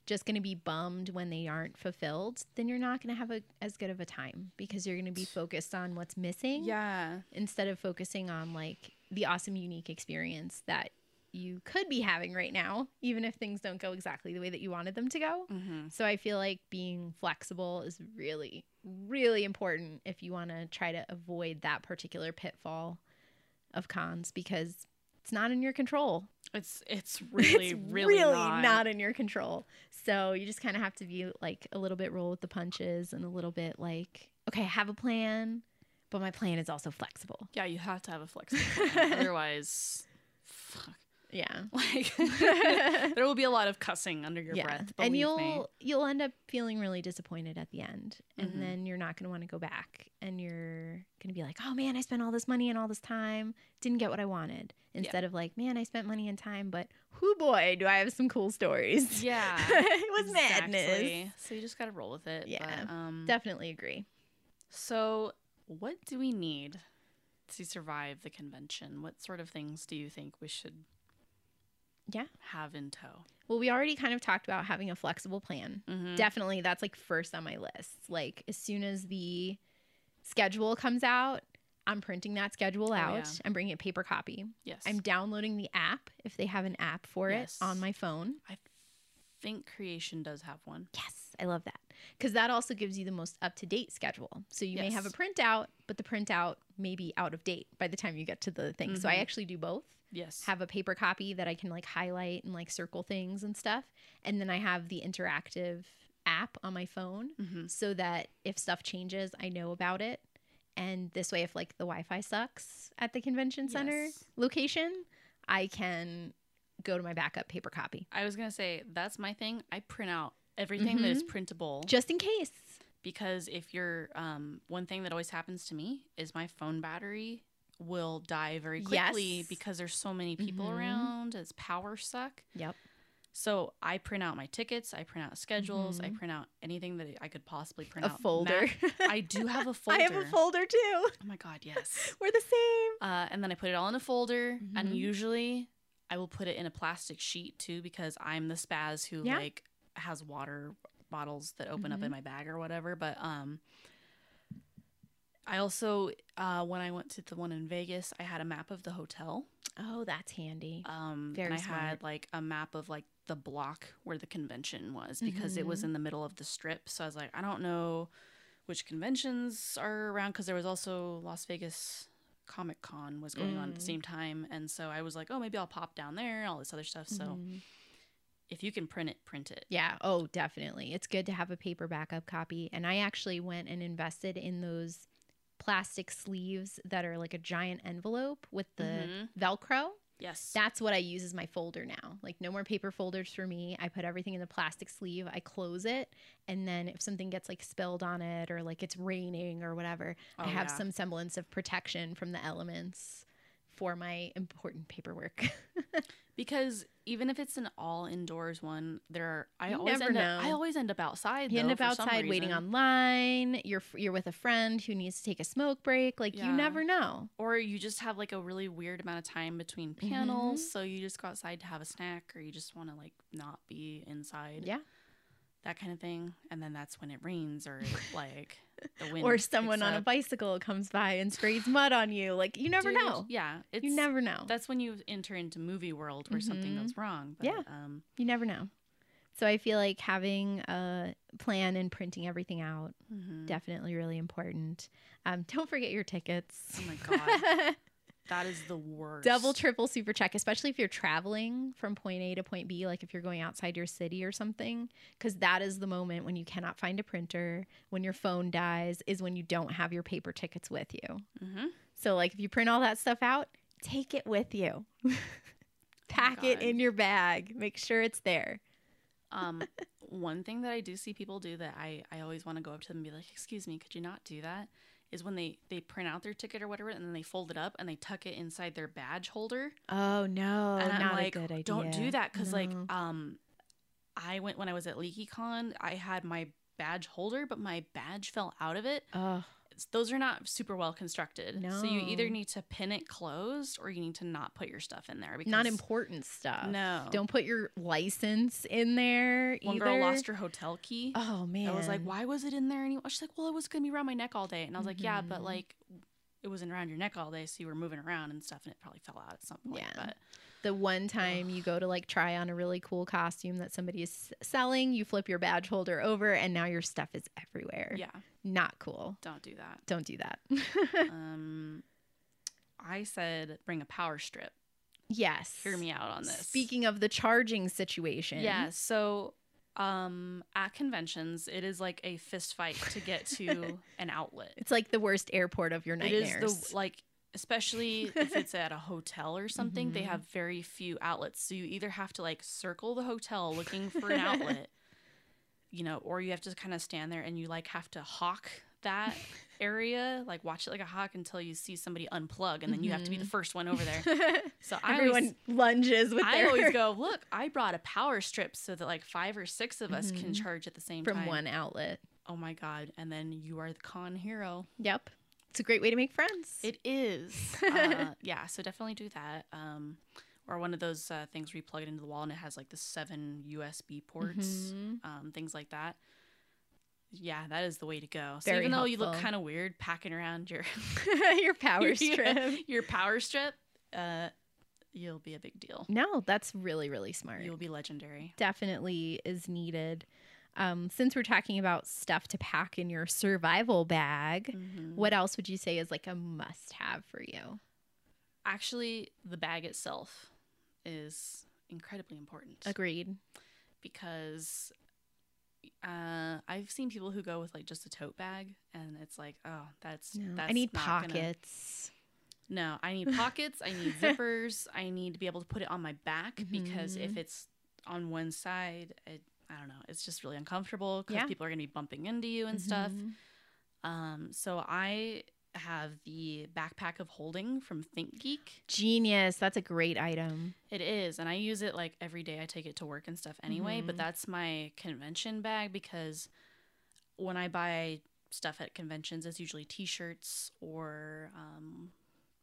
just going to be bummed when they aren't fulfilled, then you're not going to have a, as good of a time because you're going to be focused on what's missing
yeah
instead of focusing on like the awesome, unique experience that you could be having right now, even if things don't go exactly the way that you wanted them to go.
hmm
So I feel like being flexible is really, really important if you want to try to avoid that particular pitfall of cons because it's not in your control.
it's it's really
it's
really,
not.
not,
in your control. So you just kind of have to be like a little bit roll with the punches and a little bit like, okay, I have a plan, but my plan is also flexible.
yeah you have to have a flexible plan. otherwise fuck
Yeah.
like there will be a lot of cussing under your breath
and
believe
you'll
me.
you'll end up feeling really disappointed at the end, and
Mhm.
then you're not going to want to go back, and you're going to be like, "Oh man, I spent all this money and all this time, didn't get what I wanted." Instead of like, "Man, I spent money and time, but whoo boy, do I have some cool stories."
yeah
it was madness.
Exactly. So you just gotta roll with it.
Yeah,
But, um,
Definitely agree.
so what do we need to survive the convention? What sort of things do you think we should
Yeah.
have in tow?
Well, we already kind of talked about having a flexible plan.
Mm-hmm.
Definitely, that's like first on my list. Like as soon as the schedule comes out, I'm printing that schedule out.
Oh, yeah.
I'm bringing a paper copy.
yes.
I'm downloading the app if they have an app for
Yes.
it on my phone.
think creation does have one.
Yes, I love that. Because that also gives you the most up to date schedule. So you may have a
Yes.
printout, but the printout may be out of date by the time you get to the thing. So I
Mhm.
actually do both
Yes.
have a paper copy that I can like highlight and like circle things and stuff. And then I have the interactive app on my phone
hmm
so that if stuff changes, I know about it. And this way, if like the Wi Fi sucks at the convention center
Yes.
location, I can go to my backup paper copy
I was gonna say that's my thing. I print out everything that is
Mm-hmm.
printable
just in case.
because if you're um, one thing that always happens to me is my phone battery will die very quickly
Yes.
because there's so many people
Mhm.
around. It's power suck.
Yep.
So I print out my tickets, I print out schedules, I
Mhm.
print out anything that I could possibly print
A
out.
folder.
Mac- I do have a folder.
I have a folder too.
Oh my god, yes.
We're the same.
Uh, and then I put it all in a folder,
Mhm.
and usually I will put it in a plastic sheet too because I'm the spaz who
Yeah.
like has water bottles that open up in my bag or whatever. But um, I also, uh, when I went to the one in Vegas, I had a map of the hotel.
Oh, that's handy.
Um,
Very
and I
smart.
had like a map of like the block where the convention was because it
Mm-hmm.
was in the middle of the strip. So I was like, I don't know which conventions are around because there was also Las Vegas Comic Con was going on at the
Mm.
same time, and so I was like, oh, maybe I'll pop down there and all this other stuff. So
Mhm.
if you can print it, print it.
Yeah. Oh, definitely. It's good to have a paper backup copy. And I actually went and invested in those plastic sleeves that are like a giant envelope with the
Mhm.
Velcro.
Yes.
That's what I use as my folder now. Like, no more paper folders for me. I put everything in the plastic sleeve, I close it. And then if something gets like spilled on it or like it's raining or whatever, I
Oh,
have
yeah.
some semblance of protection from the elements for my important paperwork.
because even if it's an all indoors one, there are I
You
always
never
end up I
know.
always end up outside.
You end
though,
up
for some
outside waiting
reason.
online. You're f- you're with a friend who needs to take a smoke break. Like you
Yeah.
never know.
or you just have like a really weird amount of time between panels
Mm-hmm.
so you just go outside to have a snack or you just want to like not be inside
Yeah.
that kind of thing and then that's when it rains or like the wind
Or someone
picks
on a
up.
bicycle comes by and sprays mud on you. Like you never
Dude,
know.
yeah it's
You never know.
that's when you enter into movie world where something
Mhm.
goes wrong but,
Yeah.
um
You never know. So I feel like having a plan and printing everything out
mhm.
definitely really important. Um, don't forget your tickets.
oh my god that is the worst
Double, triple super check, especially if you're traveling from point A to point B, like if you're going outside your city or something, because that is the moment when you cannot find a printer, when your phone dies, is when you don't have your paper tickets with you.
hmm
So, like, if you print all that stuff out, take it with you, pack it
Oh God.
in your bag, make sure it's there.
Um, one thing that I do see people do that I, I always want to go up to them and be like, excuse me, could you not do that? Is when they, they print out their ticket or whatever and then they fold it up and they tuck it inside their badge holder.
Oh, no,
and don't do that because like um, I went when I was at LeakyCon, I had my badge holder, but my badge fell out of it.
oh,
It's- Those are not super well constructed, so you either
No.
need to pin it closed or you need to not put your stuff in there. Because
not important stuff.
No,
Don't put your license in there.
One
either.
girl lost her hotel key.
Oh man.
I was like, why was it in there anyway? She's like, well, it was going to be around my neck all day. And I was like, yeah, but
Mhm.
like it wasn't around your neck all day. So you were moving around and stuff and it probably fell out at some point.
Yeah.
But
The one time you go to like try on a really cool costume that somebody is s- selling, you flip your badge holder over and now your stuff is everywhere.
yeah,
Not cool.
don't do that.
Don't do that.
um, I said bring a power strip.
yes.
Hear me out on this.
Speaking of the charging situation.
Yeah. So um, at conventions, it is like a fist fight to get to an outlet.
It's like the worst airport of your
It
nightmares.
is the like especially if it's at a hotel or something they
Mhm.
have very few outlets so you either have to like circle the hotel looking for an outlet you know or you have to kind of stand there and you like have to hawk that area like watch it like a hawk until you see somebody unplug and then you have to be the first one over there so I
Mm-hmm. Everyone
always,
lunges with
I
their
always go look I brought a power strip so that like five or six of us can
Mhm.
charge at the same
from
time
one outlet.
oh my god and then you are the con hero
Yep. It's a great way to make friends.
It is. uh, yeah, so definitely do that. Um, or one of those uh, things where you plug it into the wall and it has like the seven USB ports,
Mhm.
um, things like that. Yeah, that is the way to go. So
Very
even though you look
helpful.
kind of weird packing around your
Mm-hmm. your power
your,
strip.
your power strip, uh, you'll be a big deal.
No, that's really, really smart.
You'll be legendary.
Definitely is needed. Um, since we're talking about stuff to pack in your survival bag,
Mhm.
what else would you say is like a must have for you?
Actually, the bag itself is incredibly important.
Agreed.
because uh, I've seen people who go with like just a tote bag, and it's like, oh, that's
No.
that's
I need
not gonna-
pockets.
No, I need pockets. I need zippers. I need to be able to put it on my back because if
Mhm.
it's on one side, it, I don't know, it's just really uncomfortable because
Yeah.
people are gonna be bumping into you and stuff.
Mhm.
Um, so I have the backpack of holding from Think Geek.
Genius. That's a great item.
It is, and I use it like every day. I take it to work and stuff anyway, but
Mhm.
that's my convention bag because when I buy stuff at conventions, it's usually t-shirts or um,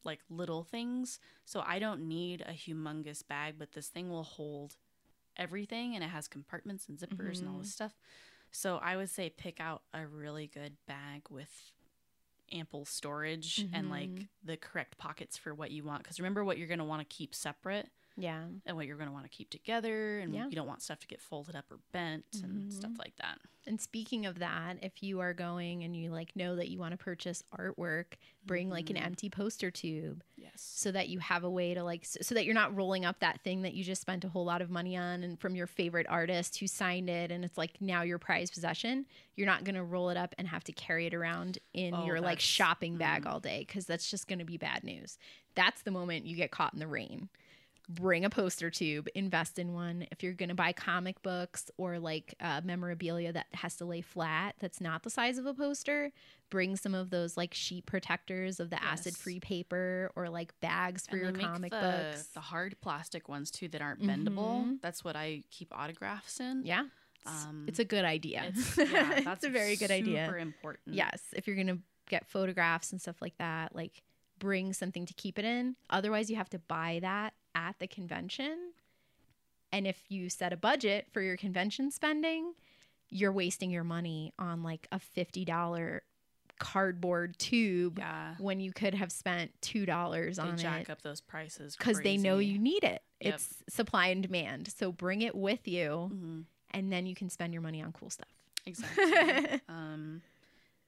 like little things. So I don't need a humongous bag, but this thing will hold everything, and it has compartments and zippers and all this stuff. So I would say pick out a really good bag with ample storage and like
Mhm.
the correct pockets for what you want. Because remember what you're going to want to keep separate
Yeah.
and what you're going to want to keep together. And
Yeah. Mm-hmm.
you don't want stuff to get folded up or bent and stuff like that.
And speaking of that, if you are going and you like know that you want to purchase artwork, bring like an
Mhm.
empty poster tube
Yes.
so that you have a way to like s- so that you're not rolling up that thing that you just spent a whole lot of money on and from your favorite artist who signed it and it's like now your prized possession. You're not going to roll it up and have to carry it around in
Oh,
your like
that's-
shopping bag
mm.
all day cuz that's just going to be bad news. That's the moment you get caught in the rain bring a poster tube, invest in one. If you're going to buy comic books or like uh, memorabilia that has to lay flat, that's not the size of a poster, bring some of those like sheet protectors of the
Yes.
acid free paper or like bags for
And
your
they make
comic
the,
books.
the hard plastic ones too that aren't bendable.
Mhm.
That's what I keep autographs in.
yeah. It's-
Um,
it's a good idea.
It's, yeah,
It's
that's
a very good idea.
Super important.
Yes. If you're going to get photographs and stuff like that, like bring something to keep it in. Otherwise, you have to buy that at the convention. And if you set a budget for your convention spending, you're wasting your money on like a $50 cardboard tube
Yeah.
when you could have spent $2
They
on
jack
it
up those prices
because they know
crazy.
you need it.
Yep.
It's supply and demand. So bring it with you
Mhm.
and then you can spend your money on cool stuff.
Exactly. um,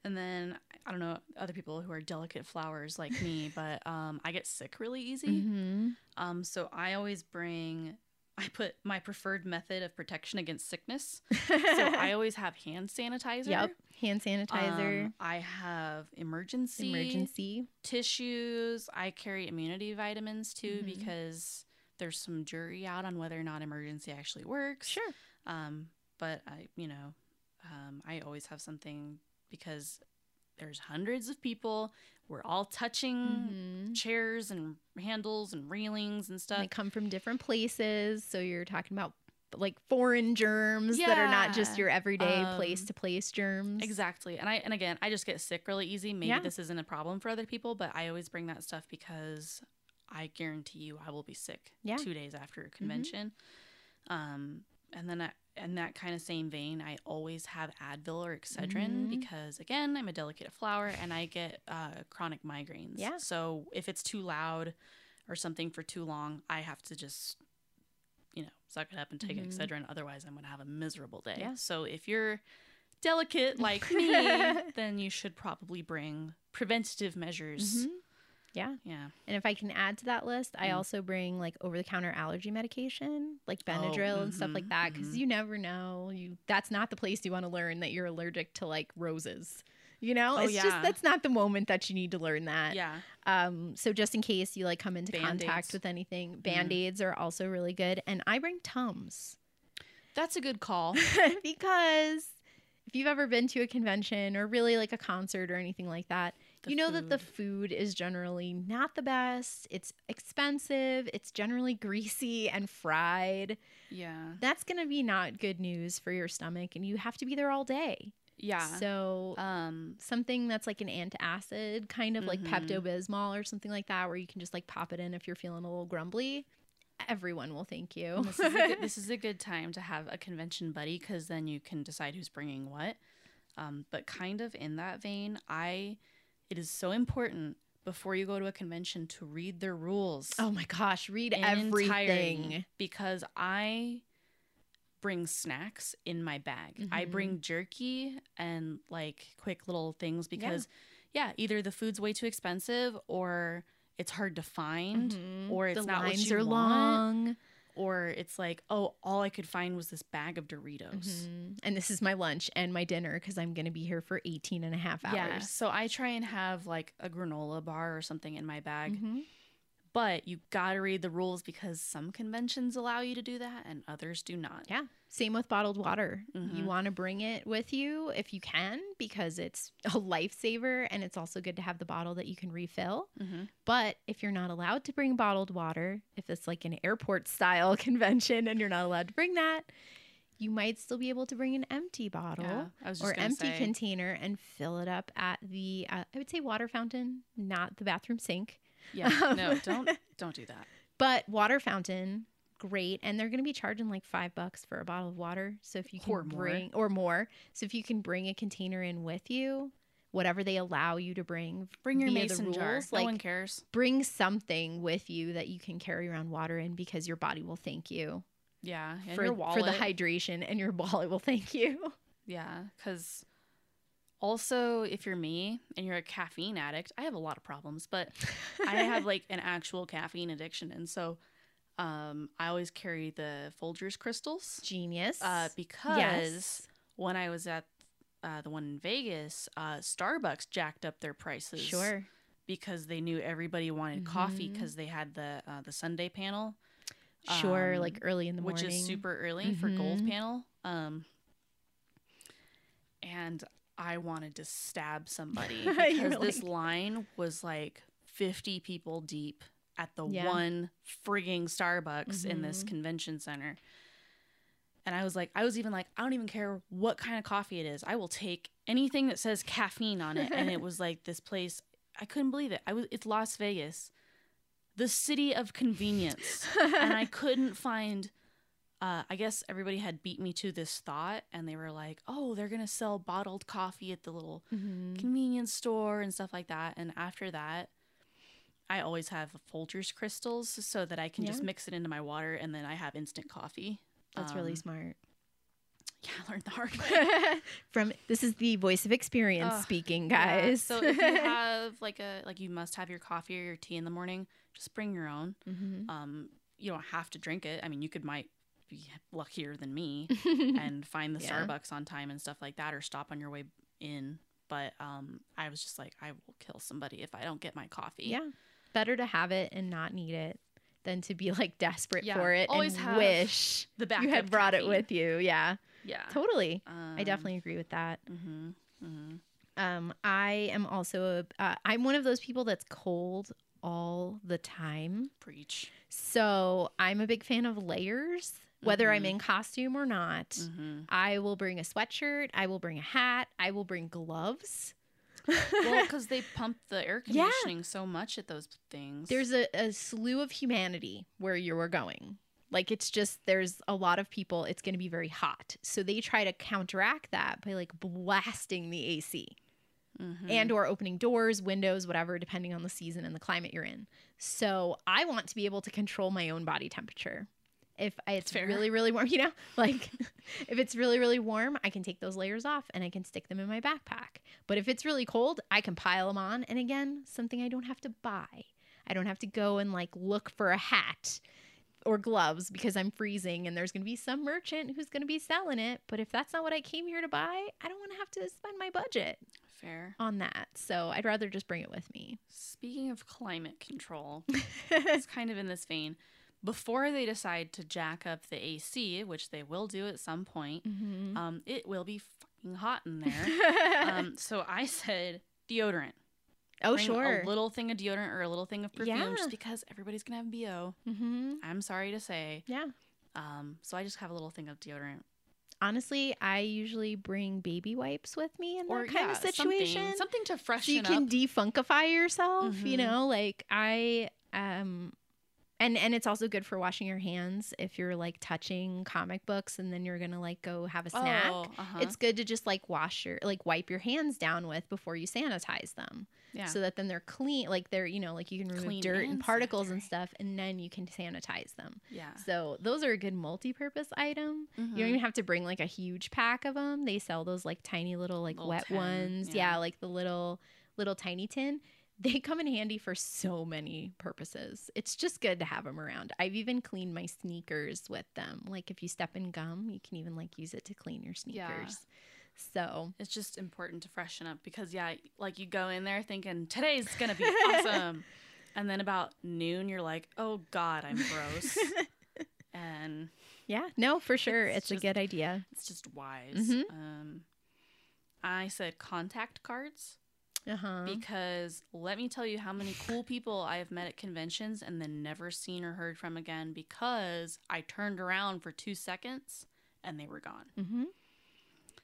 and then I don't know other people who are delicate flowers like me, but um, I get sick really easy.
Mhm.
Um, so I always bring. I put my preferred method of protection against sickness. So I always have hand sanitizer.
Yep. Hand sanitizer.
Um, I have emergency,
emergency.
tissues. I carry immunity vitamins too
Mhm.
because there's some jury out on whether or not emergency actually works. Um, but I, you know, um, I always have something because there's hundreds of people. We're all touching Mm-hmm.
Mhm.
chairs and handles and railings and
And
stuff.
They come from different places, so you're talking about like foreign germs that are not just
Yeah.
your everyday
Um,
place to place germs.
exactly. And I, and again, I just get sick really easy. Maybe
Yeah.
this isn't a problem for other people, but I always bring that stuff because I guarantee you I will be sick
Yeah. Mm-hmm.
two days after a convention. Um, and then I, in that kind of same vein, I always have Advil or Excedrin
Mhm.
because, again, I'm a delicate flower and I get uh, chronic migraines.
Yeah.
So if it's too loud or something for too long, I have to just, you know, suck it up and take
Mhm.
Excedrin. Otherwise, I'm going to have a miserable day.
Yeah.
So if you're delicate like me, then you should probably bring preventative measures.
Mhm. Yeah.
Yeah.
And if I can add to that list, I
Mm.
also bring like over the counter allergy medication, like Benadryl and stuff
mhm,
like that cuz
mhm.
you never know. You that's not the place you want to learn that you're allergic to like roses. You know?
Oh,
it's
yeah.
just that's not the moment that you need to learn that.
Yeah.
Um, so just in case you like come into
Band-Aids. Mm-hmm.
contact with anything, band-aids are also really good. And I bring Tums
That's a good call.
because if you've ever been to a convention or really like a concert or anything like that,
The
you know that the
food.
food is generally not the best. It's expensive, it's generally greasy and fried.
Yeah.
That's going to be not good news for your stomach and you have to be there all day.
Yeah.
So
um
something that's like an antacid, kind of like
Mhm.
Pepto Bismol or something like that, where you can just like pop it in if you're feeling a little grumbly. Everyone will thank you.
oh, this is, a good, this is a good time to have a convention buddy because then you can decide who's bringing what. Um, but kind of in that vein, I it is so important before you go to a convention to read their rules
oh my gosh, read
in
everything.
entirety because I bring snacks in my bag. I
Mhm.
bring jerky and like quick little things because yeah, either the food's way too expensive or it's hard to find.
Mhm.
or it's
the
not what
lines
you
are
want.
long.
or it's like, oh, all I could find was this bag of Doritos.
Mhm. And this is my lunch and my dinner because I'm going to be here for 18 and a half
Yeah.
hours.
So I try and have like a granola bar or something in my bag,
Mhm.
but you gotta read the rules because some conventions allow you to do that and others do not.
Yeah. Same with bottled water.
Mhm.
You want to bring it with you if you can because it's a lifesaver and it's also good to have the bottle that you can refill.
Mm-hmm.
But if you're not allowed to bring bottled water, if it's like an airport style convention and you're not allowed to bring that, you might still be able to bring an empty bottle.
Yeah. I was just
or
gonna
empty
say,
container and fill it up at the uh, I would say water fountain, not the bathroom sink,
Yeah. No,
Um,
don't don't do that.
but water fountain. Great, and they're going to be charging like five bucks for a bottle of water. So if you can
Or more.
bring or more, so if you can bring a container in with you, whatever they allow you to bring.
Bring your
via the
mason jar.
rules,
no
like-
one cares.
Bring something with you that you can carry around water in because your body will thank you
Yeah, and
for,
your
for
wallet.
the hydration and your wallet will thank you.
Yeah, because also if you're me and you're a caffeine addict, I have a lot of problems, but I have like an actual caffeine addiction, and so um, I always carry the Folgers crystals
genius.
uh, because when I was at uh, the one in Vegas, uh, Starbucks jacked up their prices.
Sure.
because they knew everybody wanted coffee
Mhm.
because they had the uh, the Sunday panel,
Sure,
um,
like early in the
which
morning.
is super early for gold
Mhm.
panel. Um, and I wanted to stab somebody
You're
because this
like-
line was like fifty people deep at the
Yeah.
one frigging Starbucks in this
Mhm.
convention center. And I was like, I was even like, I don't even care what kind of coffee it is. I will take anything that says caffeine on it. And it was like this place. I couldn't believe it. I was. It's Las Vegas, the city of convenience, and I couldn't find. Uh, I guess everybody had beat me to this thought, and they were like, "Oh, they're gonna sell bottled coffee at the little
Mhm.
convenience store and stuff like that." And after that, I always have Folgers crystals so that I can just
Yeah.
mix it into my water, and then I have instant coffee.
That's really
Um,
smart.
yeah, I learned the hard way.
From this is the voice of experience
Ugh,
speaking,
Yeah,
guys.
So if you have like a like you must have your coffee or your tea in the morning, just bring your own.
Mhm.
Um, you don't have to drink it. I mean, you could might be luckier than me
Mm-hmm.
and find the
Yeah.
Starbucks on time and stuff like that, or stop on your way in. But um, I was just like, I will kill somebody if I don't get my coffee.
yeah, better to have it and not need it than to be like desperate
Yeah,
for it
always
and
have
wish
the back
you had brought it with you. Yeah,
Yeah,
totally.
um,
I definitely agree with that.
Mm-hmm, mm-hmm.
Um, I am also a. Uh, I'm one of those people that's cold all the time.
Preach.
So I'm a big fan of layers, whether I'm
Mhm.
in costume or not.
Mm-hmm.
I will bring a sweatshirt. I will bring a hat. I will bring gloves.
well, because they pump the air
Yeah.
conditioning so much at those things.
there's a, a slew of humanity where you were going. Like it's just there's a lot of people. It's going to be very hot, so they try to counteract that by like blasting the AC
Mhm.
and or opening doors, windows, whatever, depending on the season and the climate you're in. So I want to be able to control my own body temperature. If I- it's
Fair.
really really warm, you know, like if it's really really warm, I can take those layers off and I can stick them in my backpack. But if it's really cold, I can pile them on. And again, something I don't have to buy. I don't have to go and like look for a hat or gloves because I'm freezing and there's going to be some merchant who's going to be selling it. But if that's not what I came here to buy, I don't want to have to spend my budget
fair.
on that. So I'd rather just bring it with me.
Speaking of climate control, it's kind of in this vein. Before they decide to jack up the AC, which they will do at some point,
Mm-hmm.
um, it will be fucking hot in there. um, so I said deodorant.
oh,
Bring
sure.
A little thing of deodorant or a little thing of perfume,
Yeah.
just because everybody's gonna have bo.
mm-hmm.
I'm sorry to say.
Yeah.
Um, so I just have a little thing of deodorant
Honestly, I usually bring baby wipes with me in that kind
yeah,
of
something-
situation.
something, to
so
freshen
you can
up.
defunkify yourself, you
Mhm.
know, like I um and and it's also good for washing your hands if you're like touching comic books and then you're going to like go have a snack.
Oh, uh-huh.
It's good to just like wash your like wipe your hands down with before you sanitize them.
yeah.
so that then they're clean like they're you know like you can remove
Clean
dirt and,
and Ah.
particles and
sanitary.
stuff and then you can sanitize them
yeah.
so those are a good multi-purpose item you don't
Mhm.
even have to bring like a huge pack of them they sell those like tiny little like
Little
wet
tin,
ones yeah.
yeah.
like the little little tiny tin they come in handy for so many purposes it's just good to have them around i've even cleaned my sneakers with them like if you step in gum you can even like use it to clean your
Yeah.
sneakers so
It's just important to freshen up because yeah, like you go in there thinking today's gonna be awesome, and then about noon you're like, oh god, I'm gross, and
yeah no for sure
It's
it's,
just-
a good idea
it's just wise.
Mhm.
Um, I said contact cards
uh-huh
because let me tell you how many cool people I have met at conventions and then never seen or heard from again because I turned around for two seconds and they were gone.
Mm-hmm.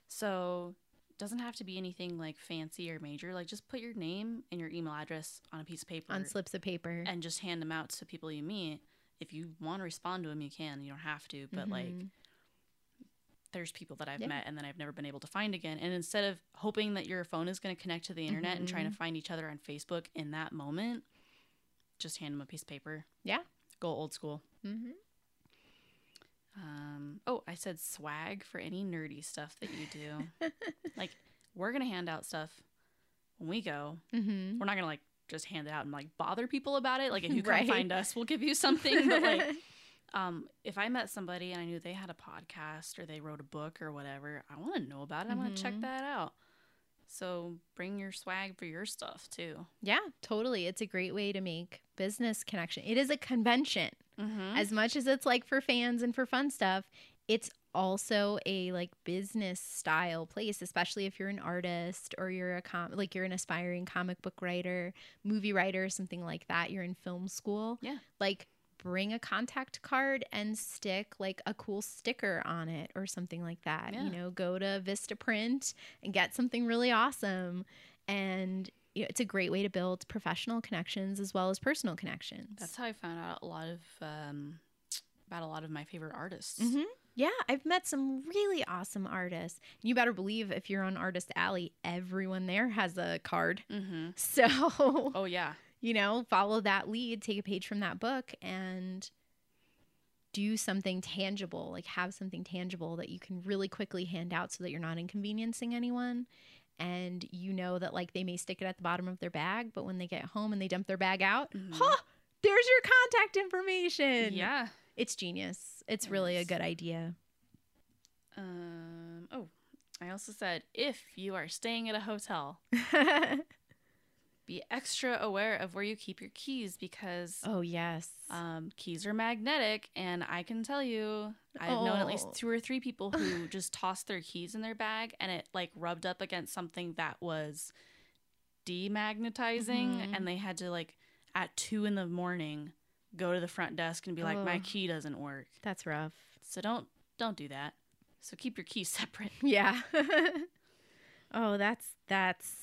So doesn't have to be anything like fancy or major. Like just put your name and your email address on a piece of paper
On slips of paper.
and just hand them out to people you meet. If you want to respond to them, you can. You don't have to, but like
Mhm.
there's people that I've
Yeah.
met and then I've never been able to find again. And instead of hoping that your phone is going to connect to the internet and trying
Mm-hmm.
to find each other on Facebook in that moment, just hand them a piece of paper.
Yeah.
Go old school.
Mm-hmm.
Um, oh, I said swag for any nerdy stuff that you do. like, we're going to hand out stuff when we go.
Mm-hmm.
We're not going to like just hand it out and like bother people about it. Like, if you come
Right.
find us, we'll give you something. But like, um, if I met somebody and I knew they had a podcast or they wrote a book or whatever, I want to know about it. I want to check
Mhm.
that out. So bring your swag for your stuff too.
yeah, totally. It's a great way to make business connection. It is a convention.
Mm-hmm.
As much as it's like for fans and for fun stuff, it's also a like business style place, especially if you're an artist or you're a com- like you're an aspiring comic book writer, movie writer, something like that. You're in film school.
Yeah.
Like bring a contact card and stick like a cool sticker on it or something like that.
Yeah.
You know, go to Vistaprint and get something really awesome and you know, it's a great way to build professional connections as well as personal connections.
That's how I found out a lot of um, about a lot of my favorite artists.
Mhm. Yeah, I've met some really awesome artists. You better believe if you're on Artist Alley, everyone there has a card.
Mm-hmm.
So,
Oh yeah,
you know, follow that lead, take a page from that book, and do something tangible. Like, have something tangible that you can really quickly hand out so that you're not inconveniencing anyone. And you know that, like, they may stick it at the bottom of their bag, but when they get home and they dump their bag out,
Mhm.
huh, there's your contact information.
yeah.
It's genius. It's
It
really a
is.
good idea.
Um, oh, I also said if you are staying at a hotel, be extra aware of where you keep your keys because
oh yes.
Um, keys are magnetic, and I can tell you, I've known at least
Oh.
two or three people who just tossed their keys in their bag, and it like rubbed up against something that was demagnetizing,
Mhm.
and they had to like at two in the morning go to the front desk and be like, "My
Ugh.
key doesn't work."
That's rough.
So don't don't do that. So keep your keys separate.
Yeah. oh, that's that's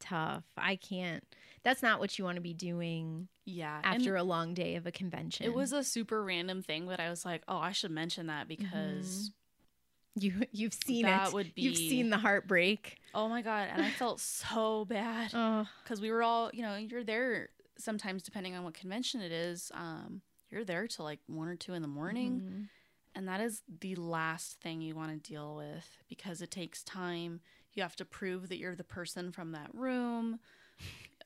tough. I can't. That's not what you want to be doing
Yeah, and
after a long day of a convention.
it was a super random thing that I was like, "Oh, I should mention that because."
you you've Mm-hmm. seen
That
it.
would
You've
be-
seen the heartbreak.
Oh my god! And I felt so bad.
Oh,
because we were all you know you're there sometimes depending on what convention it is um you're there till like one or two in the morning
mhm.
and that is the last thing you want to deal with because it takes time you have to prove that you're the person from that room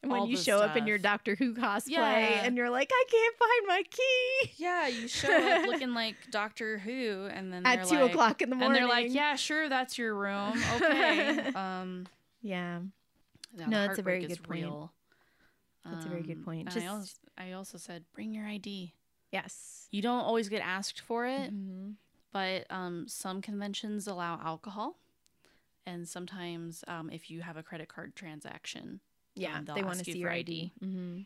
When
all
you
the
show up in your
stuff.
Doctor Who cosplay
Yeah.
and you're like, I can't find my key
yeah you show up looking like doctor who and then
at
they're
two
like-
o'clock in the
and
morning.
they're like yeah sure that's your room okay um
yeah.
No,
No,
the
that's a
heartbreak
very
is Um,
good point. That's a very good point.
and I,
Just-
als- I also said bring your ID.
Yes.
You don't always get asked for it,
Mhm.
but um, some conventions allow alcohol, and sometimes um, if you have a credit card transaction,
Yeah,
Um, they'll
they want to
ask you
see
for Mm-hmm.
your ID.
ID.
hmm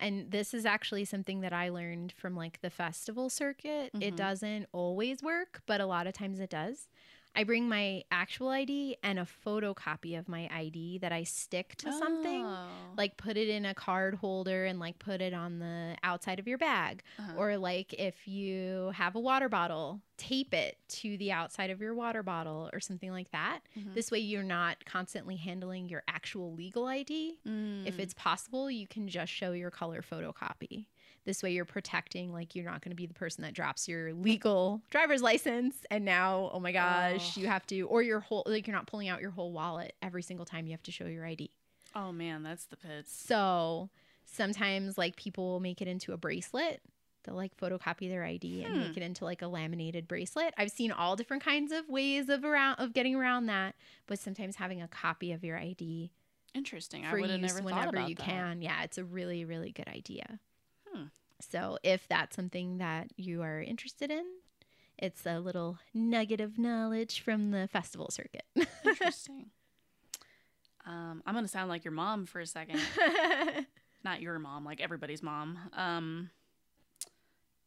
And this is actually something that I learned from like the festival circuit. It
Mhm.
doesn't always work, but a lot of times it does. I bring my actual ID and a photocopy of my ID that I stick to something,
Oh.
like put it in a card holder and like put it on the outside of your bag.
Uh-huh.
Or like if you have a water bottle, tape it to the outside of your water bottle or something like that.
Mhm.
This way you're not constantly handling your actual legal ID. If
Mm.
it's possible, you can just show your color photocopy. This way you're protecting like you're not going to be the person that drops your legal driver's license and now, oh my gosh,
Oh.
you have to or your whole like you're not pulling out your whole wallet every single time you have to show your ID.
oh man, that's the pits.
So, sometimes like people will make it into a bracelet. They'll like photocopy their ID and
Hmm.
make it into like a laminated bracelet. I've seen all different kinds of ways of around of getting around that, but sometimes having a copy of your ID
Interesting. I
for
would have
use
never thought
whenever
about
you
that.
can. Yeah, it's a really, really good idea.
Hmm.
So if that's something that you are interested in, it's a little nugget of knowledge from the festival circuit.
Interesting. um, I'm gonna sound like your mom for a second. not your mom, like everybody's mom. Um,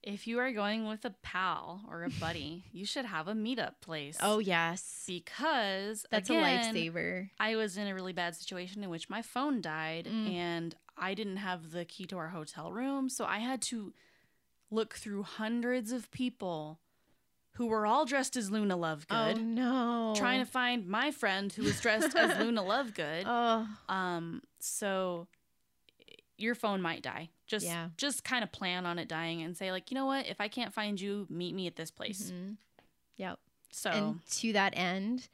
if you are going with a pal or a buddy, you should have a meetup place.
oh yes.
because
That's
again,
a lifesaver.
I was in a really bad situation in which my phone died
Mm.
and I didn't have the key to our hotel room, so I had to look through hundreds of people who were all dressed as Luna Lovegood,
Oh no.
trying to find my friend who was dressed as Luna Lovegood.
Oh.
Um, so your phone might die. Just
Yeah.
just kind of plan on it dying and say like, you know what? If I can't find you, meet me at this place. Oh.
mhm. Yep.
So
And to that end,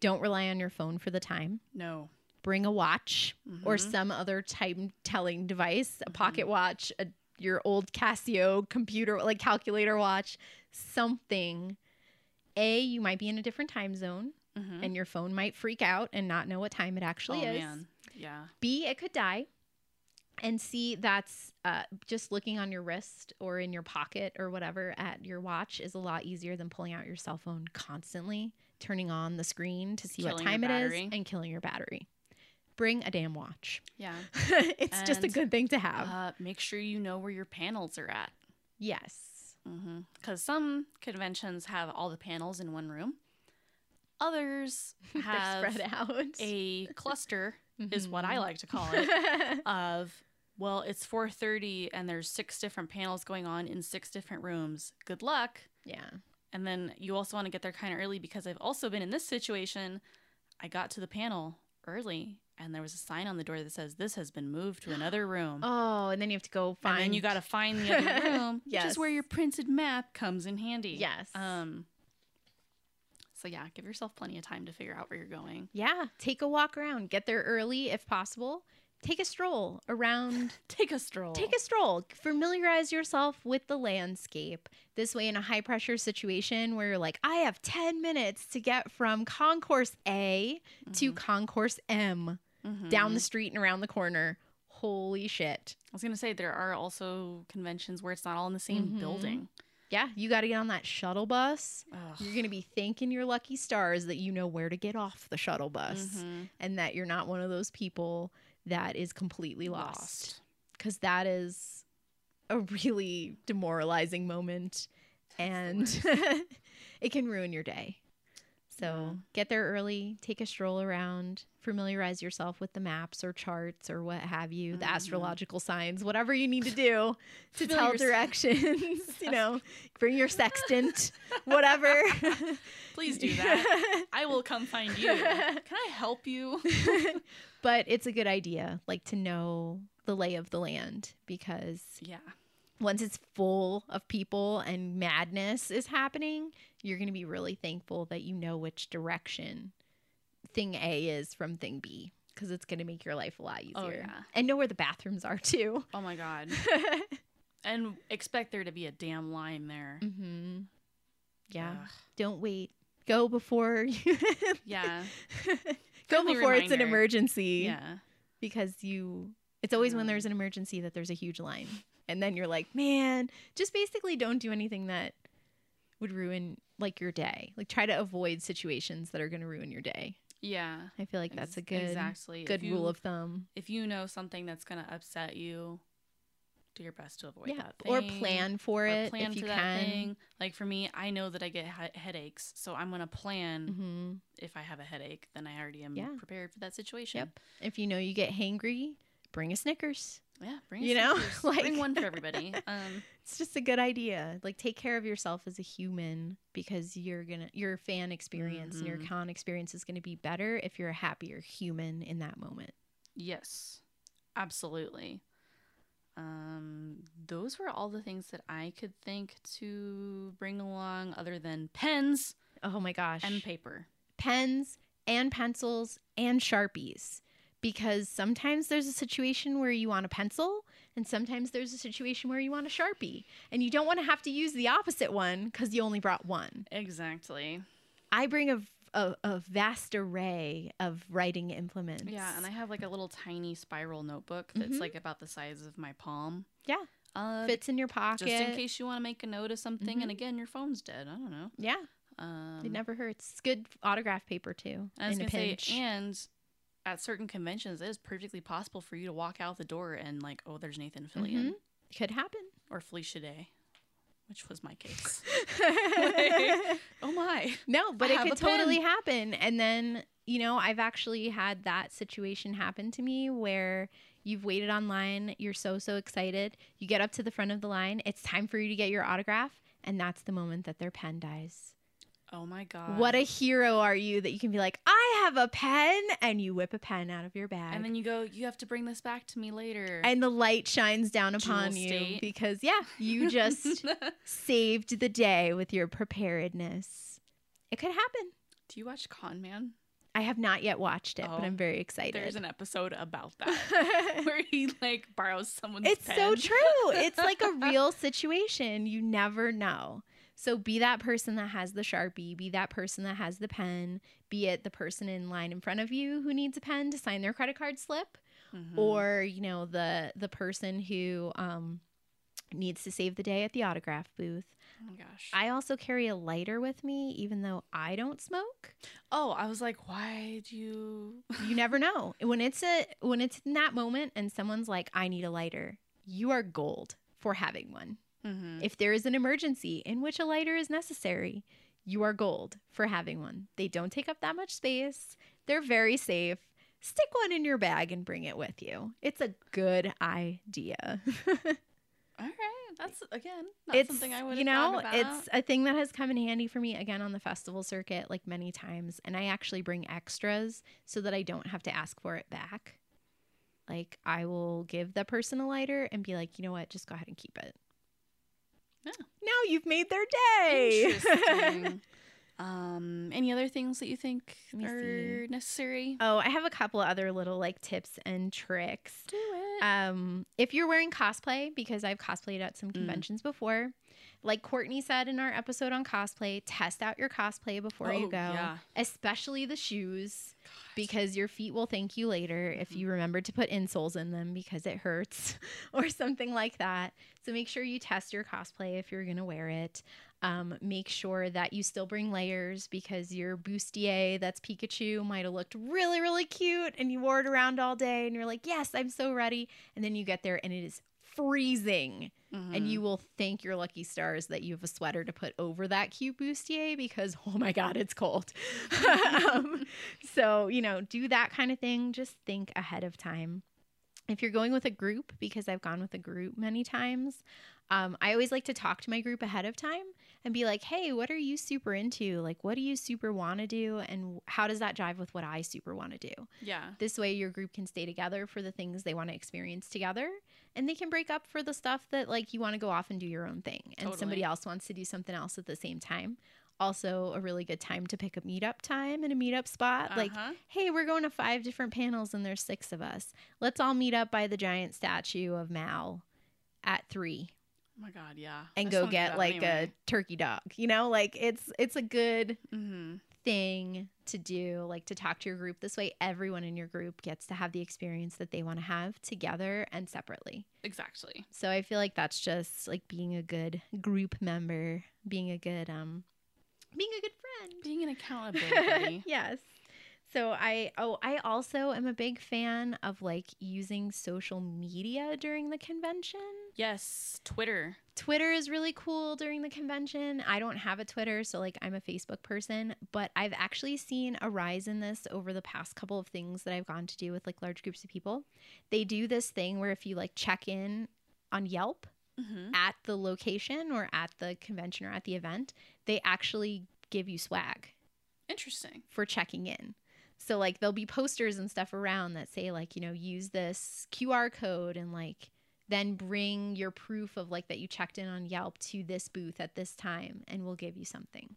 don't rely on your phone for the time.
no.
Bring a watch or
Mhm.
some other time telling device, a
Mhm.
pocket watch, a, your old Casio computer, like calculator watch, something. A, you might be in a different time zone
Mhm.
and your phone might freak out and not know what time it actually
oh
is.
man, yeah.
B, it could die. And C, that's uh, just looking on your wrist or in your pocket or whatever at your watch is a lot easier than pulling out your cell phone constantly, turning on the screen to see what
Killing your
time it is,
battery.
and killing your battery. Bring a damn watch.
Yeah.
it's just a
And,
good thing to have.
Uh, make sure you know where your panels are at.
yes.
Because some conventions have all the panels in one room, others
They're
have
spread out. Mm-hmm.
a cluster, is what I like to call it,
it.
of well, it's 4:30 and there's six different panels going on in six different rooms. Good luck.
yeah.
And then you also want to get there kind of early because I've also been in this situation. I got to the panel early and there was a sign on the door that says this has been moved to another room.
Oh, and then you have to go find.
And then you got to find the other room, which
Yes.
is where your printed map comes in handy.
Yes.
Um. So yeah, give yourself plenty of time to figure out where you're going.
Yeah, take a walk around. Get there early if possible. Take a stroll around.
Take a stroll.
Take a stroll. Familiarize yourself with the landscape. This way, in a high pressure situation where you're like, I have 10 minutes to get from concourse A
Mm-hmm.
to concourse M
Mhm.
down the street and around the corner. Holy shit.
I was gonna say there are also conventions where it's not all in the same
Mhm.
building.
Yeah, you got to get on that shuttle bus.
Ugh.
You're going to be thanking your lucky stars that you know where to get off the shuttle bus
Mhm.
and that you're not one of those people that is completely lost. because that is a really demoralizing moment and it can ruin your day. So
Yeah.
get there early, take a stroll around, familiarize yourself with the maps or charts or what have you, the
Mhm.
astrological signs, whatever you need to do
Fill
to tell
your-
directions, you know, bring your sextant, whatever.
Please do that. I will come find you. Can I help you?
but it's a good idea like to know the lay of the land because
Yeah.
once it's full of people and madness is happening, you're going to be really thankful that you know which direction thing A is from thing B because it's going to make your life a lot easier.
Oh, yeah.
And know where the bathrooms are too.
Oh my god. And expect there to be a damn line there. Mm-hmm.
hmm Yeah.
Ugh.
Don't wait. Go before you
Yeah.
go
Friendly
before it's an
reminder.
emergency
Yeah. Um.
because you it's always when
Yeah.
there's an emergency that there's a huge line. And then you're like, man, just basically don't do anything that would ruin like your day. Like try to avoid situations that are going to ruin your day.
Yeah.
I feel like that's a good
exactly
good
If you-
rule of thumb.
if you know something that's gonna upset you, do your best to avoid
Yeah,
that.
or
thing,
plan for
or
it
plan
if you
for that
can.
thing. Like for me, I know that I get he- headaches, so I'm gonna plan.
hmm
If I have a headache, then I already am
Yeah.
prepared for that situation.
Yep. If you know you get hangry, bring a Snickers.
Yeah, bring a
You know,
Snickers.
like-
bring one for everybody. Um,
It's just a good idea. Like take care of yourself as a human because you're going to your fan experience and your
Mhm.
con experience is going to be better if you're a happier human in that moment.
yes, absolutely. Um, those were all the things that I could think to bring along, other than pens
Oh my gosh.
and paper.
pens and pencils and sharpies because sometimes there's a situation where you want a pencil and sometimes there's a situation where you want a sharpie and you don't want to have to use the opposite one because you only brought one
Exactly.
i bring a, a, a vast array of writing implements
Yeah, and I have like a little tiny spiral notebook that's
Mhm.
like about the size of my palm.
Yeah.
Uh,
fits in your pocket
just in case you want to make a note of something, and again, your phone's dead. I don't know.
yeah
Um,
it never hurts It's good autograph paper too
I was
in a
gonna say,
pinch
and at certain conventions, it is perfectly possible for you to walk out the door and like, oh, there's Nathan Fillion
Mhm. could happen
or Felicia Day, which was my case. oh my!
No, but it
have
could
a pen.
totally happen. And then, you know, I've actually had that situation happen to me where you've waited online, you're so, so excited. You get up to the front of the line, it's time for you to get your autograph. And that's the moment that their pen dies.
Oh my god.
What a hero are you that you can be like, I have a pen, and you whip a pen out of your bag.
And then you go, you have to bring this back to me later.
and the light shines down upon
Jewel
you
state.
because, yeah, you just
Do
saved the day with your preparedness. It could happen.
you watch Con Man?
I have not yet watched it,
Oh,
but I'm very excited.
There's an episode about that where he like borrows someone's
it's so
pen.
true. It's like a real situation. You never know. So be that person that has the Sharpie, be that person that has the pen, be it the person in line in front of you who needs a pen to sign their credit card slip,
Mhm.
or you know the the person who um, needs to save the day at the autograph booth.
oh my gosh.
I also carry a lighter with me, even though I don't smoke.
oh, I was like, why do you?
You never know when it's a when it's in that moment and someone's like, "I need a lighter." You are gold for having one.
Mhm.
If there is an emergency in which a lighter is necessary, you are gold for having one. They don't take up that much space, they're very safe. Stick one in your bag and bring it with you. It's a good idea.
All right, that's again not
it's
something I would.
you know,
thought about.
it's a thing that has come in handy for me again on the festival circuit like many times, and I actually bring extras so that I don't have to ask for it back. Like I will give the person a lighter and be like, you know what, just go ahead and keep it.
Yeah.
Now you've made their day.
Interesting. um, any other things that you think
Let me
are necessary?
oh, I have a couple other little like tips and tricks.
Do it.
um if you're wearing cosplay because i've cosplayed at
Mm.
some conventions before like courtney said in our episode on cosplay test out your cosplay before you
Oh,
go
yeah.
especially the shoes
God.
because your feet will thank you later if you remember to put insoles in them because it hurts or something like that. So make sure you test your cosplay if you're going to wear it. Um, make sure that you still bring layers because your bustier that's Pikachu might have looked really, really cute and you wore it around all day and you're like, yes, I'm so ready. And then you get there and it is freezing and
Mhm.
you will thank your lucky stars that you have a sweater to put over that cute bustier because oh my god it's cold um, so you know do that kind of thing just think ahead of time if you're going with a group because i've gone with a group many times um, i always like to talk to my group ahead of time and be like hey what are you super into like what do you super want to do and how does that jive with what i super want to do
Mm-hmm. yeah.
this way, your group can stay together for the things they want to experience together, and they can break up for the stuff that, like, you want to go off and do your own thing, and somebody
Totally.
else wants to do something else at the same time. Also, a really good time to pick a meetup time and a meetup spot. Like,
Uh-huh.
hey, we're going to five different panels, and there's six of us. Let's all meet up by the giant statue of Mao at three
Oh my god, yeah.
and go get like a turkey dog. You know, like it's it's a good
a. Mm-hmm.
thing to do, like to talk to your group. This way, everyone in your group gets to have the experience that they want to have together and separately.
Exactly.
So I feel like that's just like being a good group member, being a good um, being a good
Being an accountability.
friend. yes. So I oh I also am a big fan of like using social media during the convention.
yes, Twitter.
Twitter is really cool during the convention. I don't have a Twitter, so like I'm a Facebook person, but I've actually seen a rise in this over the past couple of things that I've gone to do with like large groups of people. They do this thing where if you like check in on Yelp
Mm-hmm.
at the location or at the convention or at the event, they actually give you swag
Interesting.
for checking in. So like there'll be posters and stuff around that say like, you know, use this QR code and like then bring your proof of like that you checked in on Yelp to this booth at this time and we'll give you something.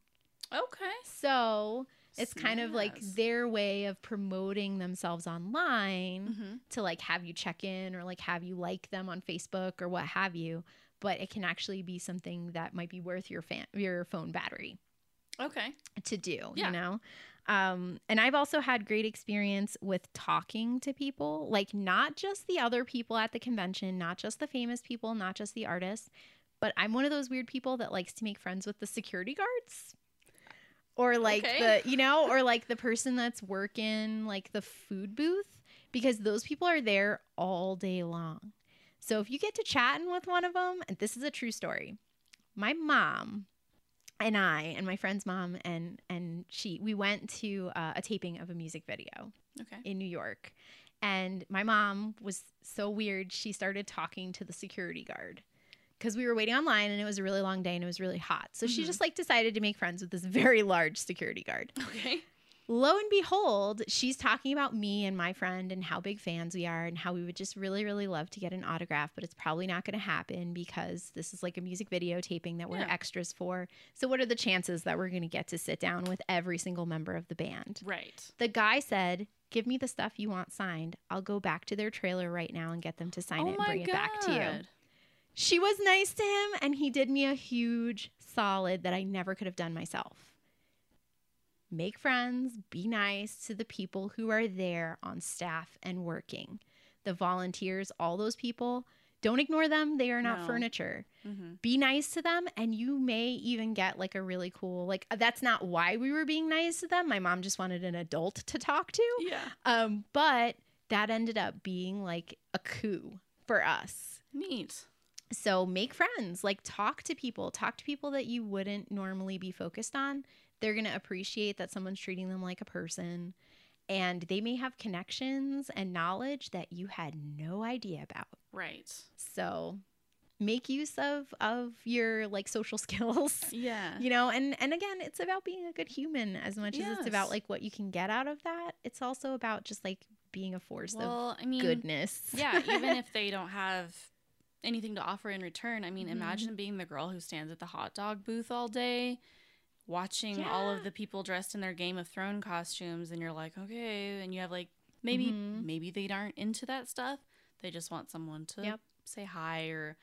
Okay.
So, it's kind of like
Yes.
their way of promoting themselves online
Mhm.
to like have you check in or like have you like them on Facebook or what have you, but it can actually be something that might be worth your fan- your phone battery
Okay.
to do,
Yeah.
you know? Um, and I've also had great experience with talking to people, like not just the other people at the convention, not just the famous people, not just the artists, but I'm one of those weird people that likes to make friends with the security guards. Or like
Okay.
the you know, or like the person that's working like the food booth, because those people are there all day long. So if you get to chatting with one of them, and this is a true story, my mom and I and my friend's mom and and she we went to uh, a taping of a music video
Okay.
in New York, and my mom was so weird she started talking to the security guard because we were waiting online and it was a really long day and it was really hot. So she
Mhm.
just like decided to make friends with this very large security guard.
Okay.
Lo and behold, she's talking about me and my friend and how big fans we are and how we would just really, really love to get an autograph, but it's probably not going to happen because this is like a music video taping that we're
Yeah.
extras for. So, what are the chances that we're going to get to sit down with every single member of the band?
Right.
The guy said, Give me the stuff you want signed. I'll go back to their trailer right now and get them to sign it and bring it back to you.
Oh God.
She was nice to him and he did me a huge solid that I never could have done myself. Make friends, be nice to the people who are there on staff and working. The volunteers, all those people, don't ignore them. They are not
No.
furniture
Mhm.
be nice to them and you may even get like a really cool like that's not why we were being nice to them my mom just wanted an adult to talk to
Yeah.
um but that ended up being like a coup for us
Neat.
so make friends like talk to people talk to people that you wouldn't normally be focused on they're going to appreciate that someone's treating them like a person and they may have connections and knowledge that you had no idea about
Right.
so make use of of your like social skills.
Yeah.
You know, and and again, it's about being a good human as much as it's about
Yes.
like what you can get out of that. It's also about just like being a force
Well, I
of
mean,
goodness.
yeah, even if they don't have anything to offer in return, I mean,
Mhm.
imagine being the girl who stands at the hot dog booth all day watching all
Yeah.
of the people dressed in their Game of Thrones costumes and you're like, "Okay," and you have like maybe
Mhm.
maybe they aren't into that stuff. They just want someone to
Yep.
say hi or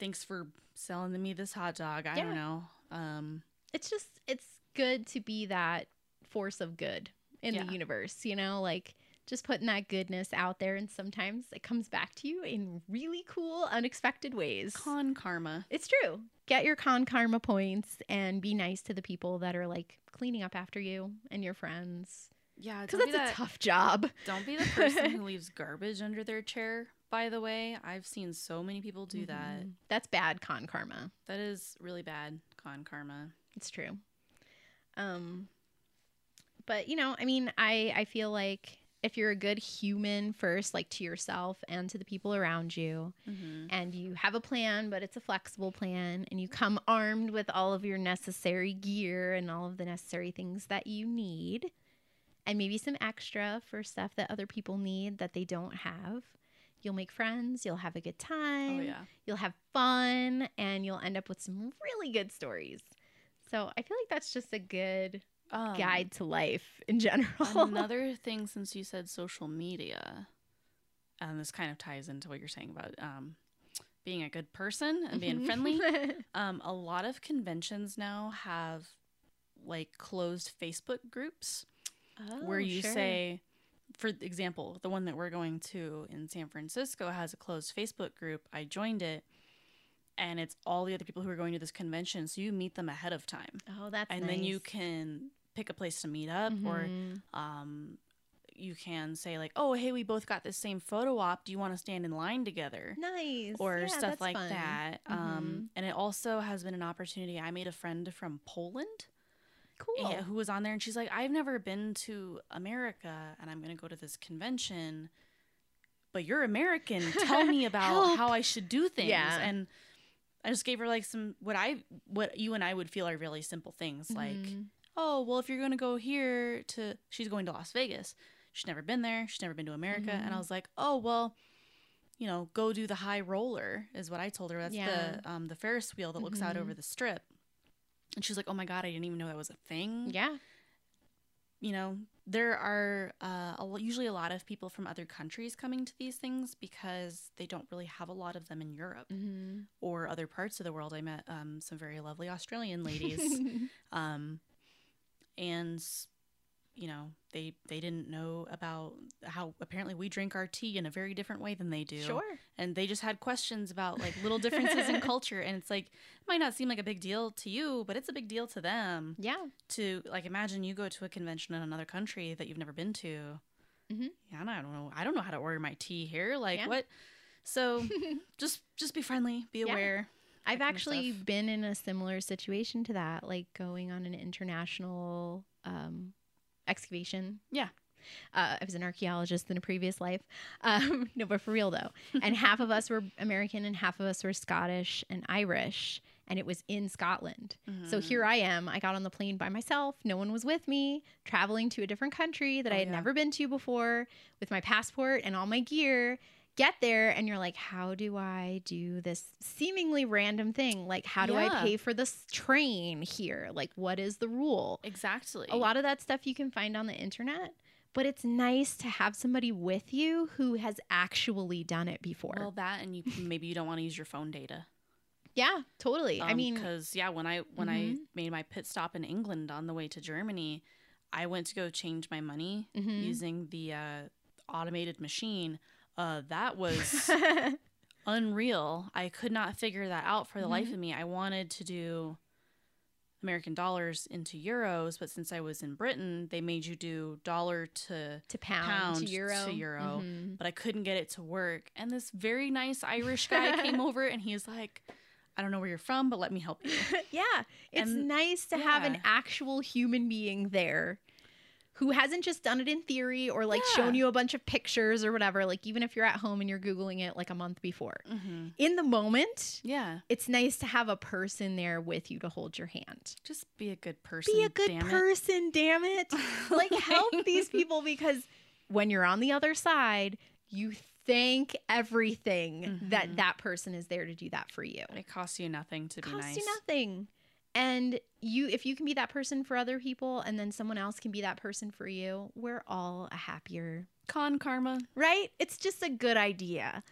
thanks for selling me this hot dog. I
Yeah.
don't know. Um
it's just it's good to be that force of good in
Yeah.
the universe, you know, like just putting that goodness out there and sometimes it comes back to you in really cool unexpected ways.
con karma.
It's true. Get your con karma points and be nice to the people that are like cleaning up after you and your friends.
Yeah,
Because
don't be
that's a
that-
tough job.
Don't be the person who leaves garbage under their chair. By the way, I've seen so many people do that.
Mhm. That's bad con karma.
That is really bad con karma.
It's true. Um, but you know, I mean, I I feel like if you're a good human first, like to yourself and to the people around you,
Mm-hmm.
and you have a plan, but it's a flexible plan, and you come armed with all of your necessary gear and all of the necessary things that you need, and maybe some extra for stuff that other people need that they don't have. You'll make friends, you'll have a good time,
Oh yeah,
you'll have fun, and you'll end up with some really good stories. So I feel like that's just a good
um,
guide to life in general.
another thing, since you said social media, and this kind of ties into what you're saying about um, being a good person and being
Mhm.
friendly. Um, a lot of conventions now have like closed Facebook groups. where
Oh,
you
sure.
say, for example, the one that we're going to in San Francisco has a closed Facebook group. I joined it, and it's all the other people who are going to this convention. So you meet them ahead of time,
Oh, that's
and then you
nice.
can pick a place to meet up, or
Mhm.
um, you can say like, "Oh, hey, we both got this same photo op. Do you want to stand in line together?"
nice
Or
Yeah,
stuff
that's
like
fun. Mm-hmm.
that. Um, and it also has been an opportunity. I made a friend from Poland
Cool.
yeah, who was on there and she's like, I've never been to America and I'm going to go to this convention, but you're American. Tell me about
Help.
how I should do things.
Yeah.
And I just gave her like some what I what you and I would feel are really simple things like,
Mhm.
oh, well, if you're going to go here to she's going to Las Vegas. She's never been there. She's never been to America. And I
Mhm.
was like, oh, well, you know, go do the high roller is what I told her. That's
Yeah.
the um, the Ferris wheel that looks out
Mhm.
over the strip. And she's like, oh my god, I didn't even know that was a thing
yeah,
you know, there are uh, a, lo- usually a lot of people from other countries coming to these things because they don't really have a lot of them in Europe
Mm.
or other parts of the world. I met um, some very lovely Australian ladies,
Mm-hmm.
um, and you know, they they didn't know about how apparently we drink our tea in a very different way than they do.
sure.
and they just had questions about like little differences in culture, and it's like it might not seem like a big deal to you, but it's a big deal to them
Yeah,
to like imagine you go to a convention in another country that you've never been to.
Mhm.
Yeah, and I don't know. I don't know how to order my tea here. Like
Yeah.
what? So just just be friendly, be
Yeah.
aware.
I've
kind of
actually
stuff.
been in a similar situation to that, like going on an international um, excavation.
Yeah.
Uh, I was an archaeologist in a previous life. Um, no, but for real though. And half of us were American and half of us were Scottish and Irish. And it was in Scotland. So
Mhm.
here I am. I got on the plane by myself. No one was with me, traveling to a different country that
Oh,
I had
yeah.
never been to before with my passport and all my gear. Get there, and you're like, how do I do this seemingly random thing? Like, how do
Yeah.
I pay for this train here? Like, what is the rule?
exactly
A lot of that stuff you can find on the internet, but it's nice to have somebody with you who has actually done it before.
well that and you maybe you don't want to use your phone data
yeah, totally. I
Um,
mean, Mm-hmm.
because yeah, when I when I made my pit stop in England on the way to Germany, I went to go change my money
mhm.
using the uh, automated machine. Uh, that was unreal. I could not figure that out
Mm-hmm.
for the life of me. I wanted to do American dollars into euros, but since I was in Britain, they made you do dollar to
to pound,
pound
to euro.
to euro.
Mhm.
but I couldn't get it to work. And this very nice Irish guy came over and he's like, I don't know where you're from, but let me help you.
yeah, it's
And-
nice to have an
yeah.
actual human being there who hasn't just done it in theory or like shown
Yeah.
you a bunch of pictures or whatever. Like, even if you're at home and you're Googling it like a month before,
Mm-hmm.
in the moment,
Yeah.
it's nice to have a person there with you to hold your hand.
Just be a good person.
Be a good
damn it.
person, damn it. Like, help these people because when you're on the other side, you thank everything
Mhm.
that that person is there to do that for you
It costs you nothing to be
costs
nice.
you nothing. And you if you can be that person for other people and then someone else can be that person for you, we're all a happier,
Con karma.
right? It's just a good idea.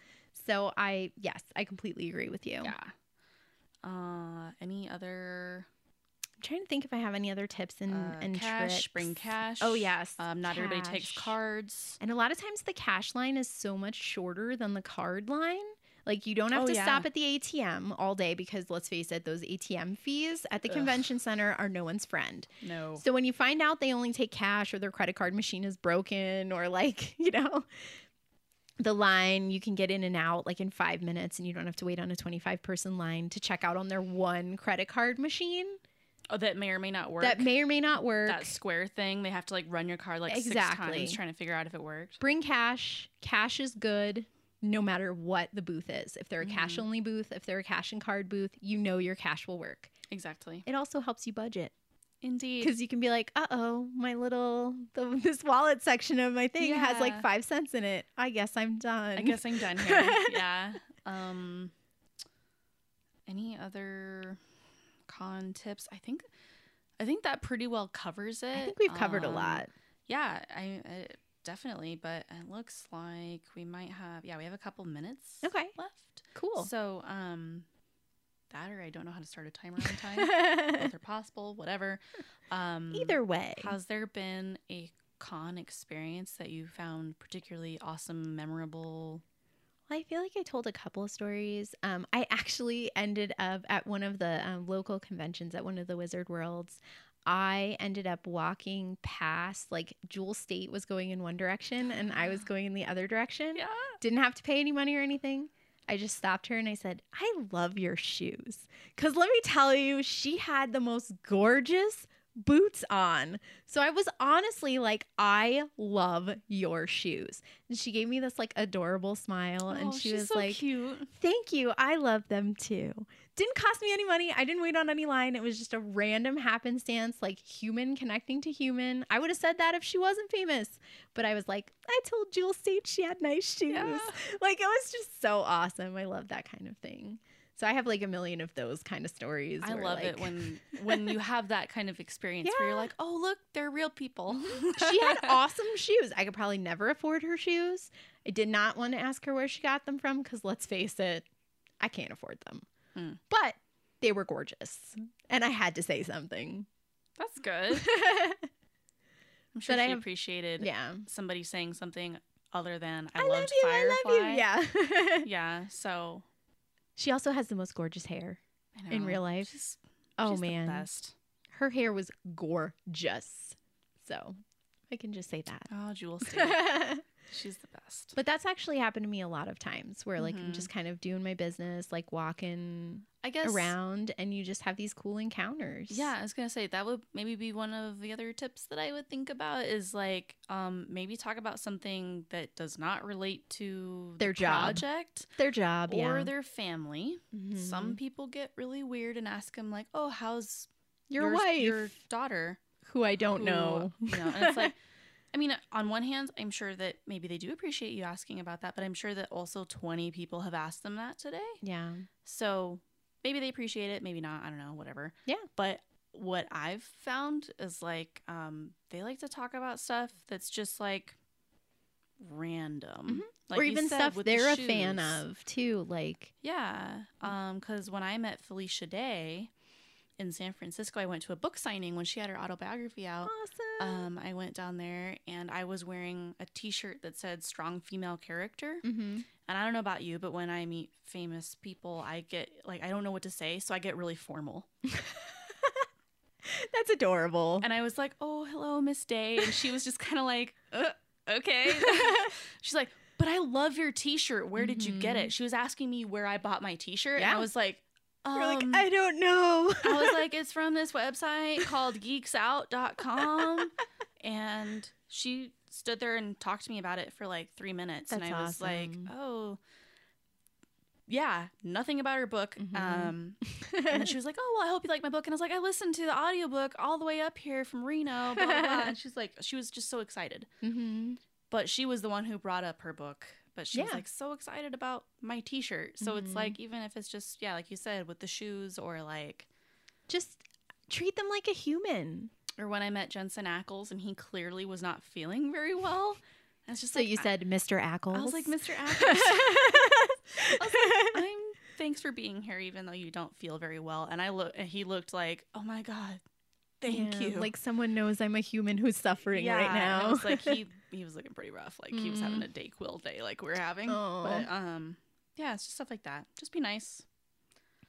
So I yes, I completely agree with you.
Yeah. Uh, any other
I'm trying to think if I have any other tips and,
uh,
and
cash?
tricks.
Bring cash.
Oh yes.
Um, not everybody takes
cash.
cards.
And a lot of times the cash line is so much shorter than the card line. Like you don't have
Oh,
to
yeah.
stop at the ATM all day because let's face it, those ATM fees at the
Ugh.
convention center are no one's friend.
No.
So when you find out they only take cash or their credit card machine is broken or like, you know, the line you can get in and out like in 5 minutes and you don't have to wait on a 25 person line to check out on their one credit card machine
Oh, that may or may not work.
that may or may not work.
That square thing. They have to like run your card like six
Exactly.
times trying to figure out if it worked.
Bring cash. Cash is good no matter what the booth is. If they're a cash only booth, if they're a cash and card booth, you know your cash will work.
Exactly.
It also helps you budget.
Indeed.
because you can be like, uh oh, my little the, this wallet section of my thing has
Yeah.
like five cents in it. I guess I'm done.
I guess I'm done here. yeah. Um. Any other con tips? I think, I think that pretty well covers it.
I think we've covered
Um,
a lot.
Yeah, I, I definitely. But it looks like we might have. Yeah, we have a couple minutes.
Okay.
Left.
Cool.
So, um, that or I don't know how to start a timer on time. Both are possible. Whatever. Um,
Either way,
Has there been a con experience that you found particularly awesome, memorable?
Well, I feel like I told a couple of stories. Um, I actually ended up at one of the um, local conventions at one of the Wizard Worlds. I ended up walking past like Jewel State was going in one direction and I was going in the other direction.
Yeah.
didn't have to pay any money or anything. I just stopped her and I said, I love your shoes. Because let me tell you, she had the most gorgeous boots on. So I was honestly like, I love your shoes. And she gave me this like adorable smile and
Oh,
she
she's
was
so
like,
cute.
Thank you. I love them too. Didn't cost me any money. I didn't wait on any line. It was just a random happenstance, like human connecting to human. I would have said that if she wasn't famous, but I was like, I told Jewel State she had nice shoes.
Yeah.
Like it was just so awesome. I love that kind of thing. So I have like a million of those kind of stories.
I
where,
love it
like-
when when you have that kind of experience where you're
Yeah.
like, oh look, they're real people.
she had awesome shoes. I could probably never afford her shoes. I did not want to ask her where she got them from because let's face it, I can't afford them.
Hmm.
But they were gorgeous. And I had to say something.
That's good. I'm sure
But I
she
have-
appreciated
yeah.
somebody saying something other than I,
I, love
loved
you.
Firefly.
I love you. Yeah.
Yeah. So
she also has the most gorgeous hair.
I
In
know,
real life?
she's-
Oh,
she's the
man.
best.
Her hair was gorgeous. So I can just say
Oh, Jewel State.
that.
She's the best.
But that's actually happened to me a lot of times where like I'm
Mhm.
just kind of doing my business, like walking
I guess
around and you just have these cool encounters.
Yeah, I was gonna say that would maybe be one of the other tips that I would think about is like um maybe talk about something that does not relate to
Their
the
job.
project
Their job,
or
yeah. Mm-hmm.
their family. Some people get really weird and ask them like, "Oh, how's
your, wife
your daughter?"
who I don't
who-
know.
You know, and it's like, I mean, on one hand, I'm sure that maybe they do appreciate you asking about that, but I'm sure that also 20 people have asked them that today.
Yeah.
So maybe they appreciate it, maybe not. I don't know, whatever.
Yeah.
But what I've found is like um, they like to talk about stuff that's just like random,
Mhm.
like
or
you
even
said,
stuff
with the
they're a fan
shoes.
of too, like
Yeah. Because when I met Felicia Day in San Francisco, I went to a book signing when she had her autobiography out.
awesome.
Um, I went down there and I was wearing a t shirt that said strong female character.
hmm
And I don't know about you, but when I meet famous people, I get like, I don't know what to say. So I get really formal.
That's adorable.
And I was like, oh, hello, Miss Day. And she was just kind of like, uh, okay. She's like, but I love your t shirt. Where did you get
Mhm.
it? She was asking me where I bought my t shirt. And
Yeah.
I was like, um,
You're like, I don't know.
I was like, it's from this website called geeksout.com. And she stood there and talked to me about it for like three minutes.
That's
and I was like,
awesome.
oh, yeah, nothing about her book.
Mhm.
Um, and then she was like, oh, well, I hope you like my book. And I was like, I listened to the audiobook all the way up here from Reno, blah, blah, blah. And she's like, she was just so excited.
Mhm.
But she was the one who brought up her book. But she was
Yeah.
like so excited about my t shirt. So
Mhm.
it's like, even if it's just, yeah, like you said, with the shoes or like,
Just treat them like a human.
or when I met Jensen Ackles and he clearly was not feeling very well. I was just
So
like,
you said Mr. Ackles.
I, I was like, Mr. Ackles,
Ackles.
I'm thanks for being here, even though you don't feel very well. And I look, and he looked like, oh my god, thank you.
Like someone knows I'm a human who's suffering
Yeah,
right
and
now.
I was like, he he was looking pretty rough. Like he was having
Mm.
a Dayquil day, like we're having.
Aw.
But um, yeah, it's just stuff like that. Just be nice.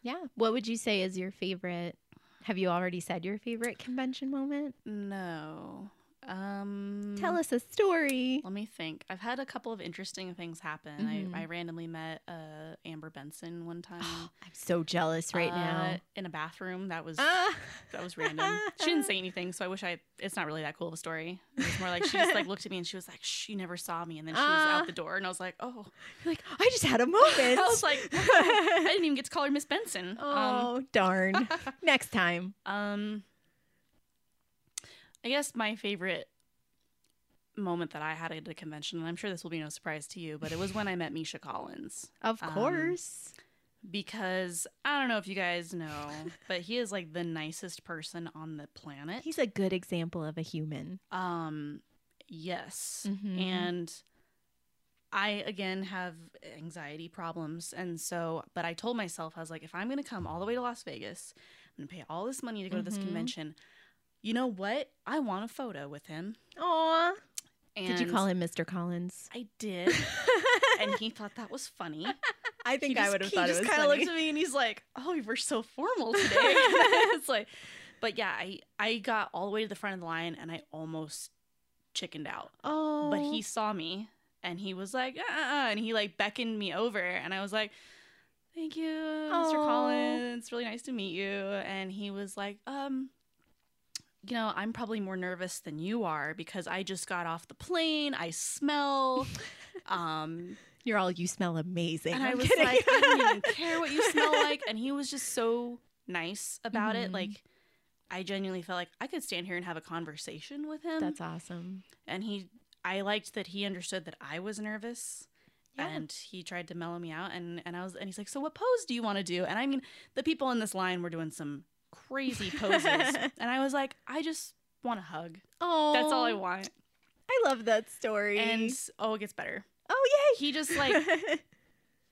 yeah. What would you say is your favorite? Have you already said your favorite convention moment?
No. Um,
Tell us a story.
Let me think. I've had a couple of interesting things happen.
Mhm.
I, I randomly met uh, Amber Benson one time
I'm so jealous right
uh,
now.
in a bathroom. That was
Ah.
that was random. she didn't say anything, so I wish I. It's not really that cool of a story. It's more like she just like looked at me and she was like, "Shh, you never saw me," and then she was
Ah.
out the door, and I was like, "Oh."
You're like, I just had a moment.
I was like, I didn't even get to call her Miss Benson.
oh, darn. Next time.
Um, um, I guess my favorite moment that I had at a convention, and I'm sure this will be no surprise to you, but it was when I met Misha Collins.
Of
Um,
course.
because I don't know if you guys know, but he is like the nicest person on the planet.
He's a good example of a human.
um yes.
Mhm.
And I again have anxiety problems and so but I told myself I was like if I'm going to come all the way to Las Vegas, I'm going to pay all this money to go to this
Mhm.
convention. You know what? I want a photo with him.
Aw.
And
Did you call him Mr. Collins?
I did. and he thought that was funny.
I
He
think I
just-
would have
he
thought it
just
was
kinda
funny.
looked at me and he's like, "Oh, you were so formal today." it's like, but yeah, I I got all the way to the front of the line and I almost chickened out.
oh,
But he saw me and he was like, uh, uh, uh," and he like beckoned me over and I was like, "Thank you, Mr.
Aw.
Collins. Really nice to meet you." And he was like, "Um." You know, I'm probably more nervous than you are because I just got off the plane. I smell. Um,
you're all you smell amazing.
and
I'm
I was
kidding.
like, I don't even care what you smell like. And he was just so nice about it.
Mhm.
Like, I genuinely felt like I could stand here and have a conversation with him.
That's awesome.
and he, I liked that he understood that I was nervous.
Yeah.
And he tried to mellow me out, and and I was, and he's like, "So what pose do you want to do?" And I mean, the people in this line were doing some crazy poses, and I was like, "I just want a hug.
Oh,
That's all I want."
I love that story.
And oh, it gets better.
oh
He just
yay,
like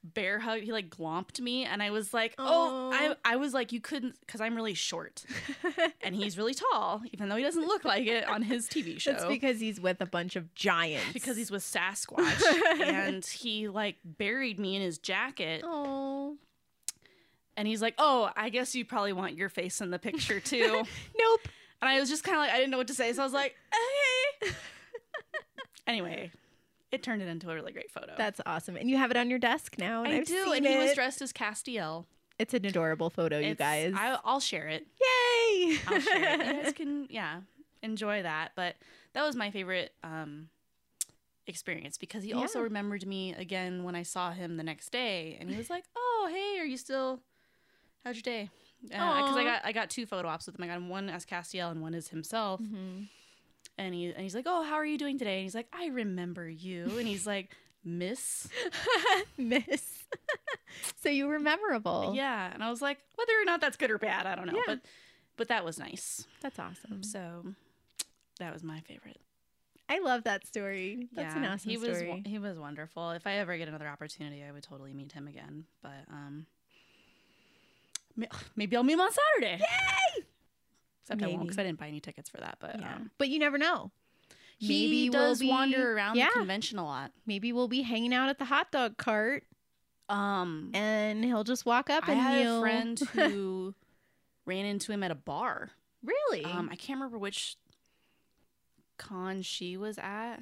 bear hug. He like glomped me, and I was like,
Aw.
"Oh, I, I was like, you couldn't, because I'm really short, and he's really tall, even though he doesn't look like it on his TV show.
That's because he's with a bunch of giants.
because he's with Sasquatch, and he like buried me in his jacket,
oh
and he's like, "Oh, I guess you probably want your face in the picture too."
nope.
and I was just kind of like, I didn't know what to say, so I was like, "Okay." anyway, it turned it into a really great photo.
That's awesome. And you have it on your desk now. And
I
have
do,
Seen
and he was
it.
dressed as Castiel.
It's an adorable photo, you
It's-
guys.
I, I'll share it.
Yay!
I'll share it. You guys can, yeah, enjoy that. But that was my favorite um, experience because he also
Yeah.
remembered me again when I saw him the next day, and he was like, "Oh, hey, are you still? How's your day?" Because I
Aw.
got I got two photo ops with him. I got him one as Castiel and one as himself.
Mhm.
And he and he's like, "Oh, how are you doing today?" And he's like, "I remember you." And he's like, "Miss."
Miss. so you were memorable.
Yeah, and I was like, whether or not that's good or bad, I don't know,
Yeah.
but but that was nice.
That's awesome.
So that was my favorite.
I love that story. That's an
Yeah,
awesome
he was
story.
wo- he was wonderful. If I ever get another opportunity, I would totally meet him again. But um, may- maybe I'll meet him on Saturday. Yay! Except I won't because I
Maybe.
didn't buy any tickets for that. But
yeah.
um,
But you never know.
he
we'll
does
be-
wander around
Yeah.
the convention a lot.
Maybe we'll be hanging out at the hot dog cart
Um,
and he'll just walk up
I
and
had
he'll
a friend who ran into him at a bar.
Really?
Um, I can't remember which con she was at,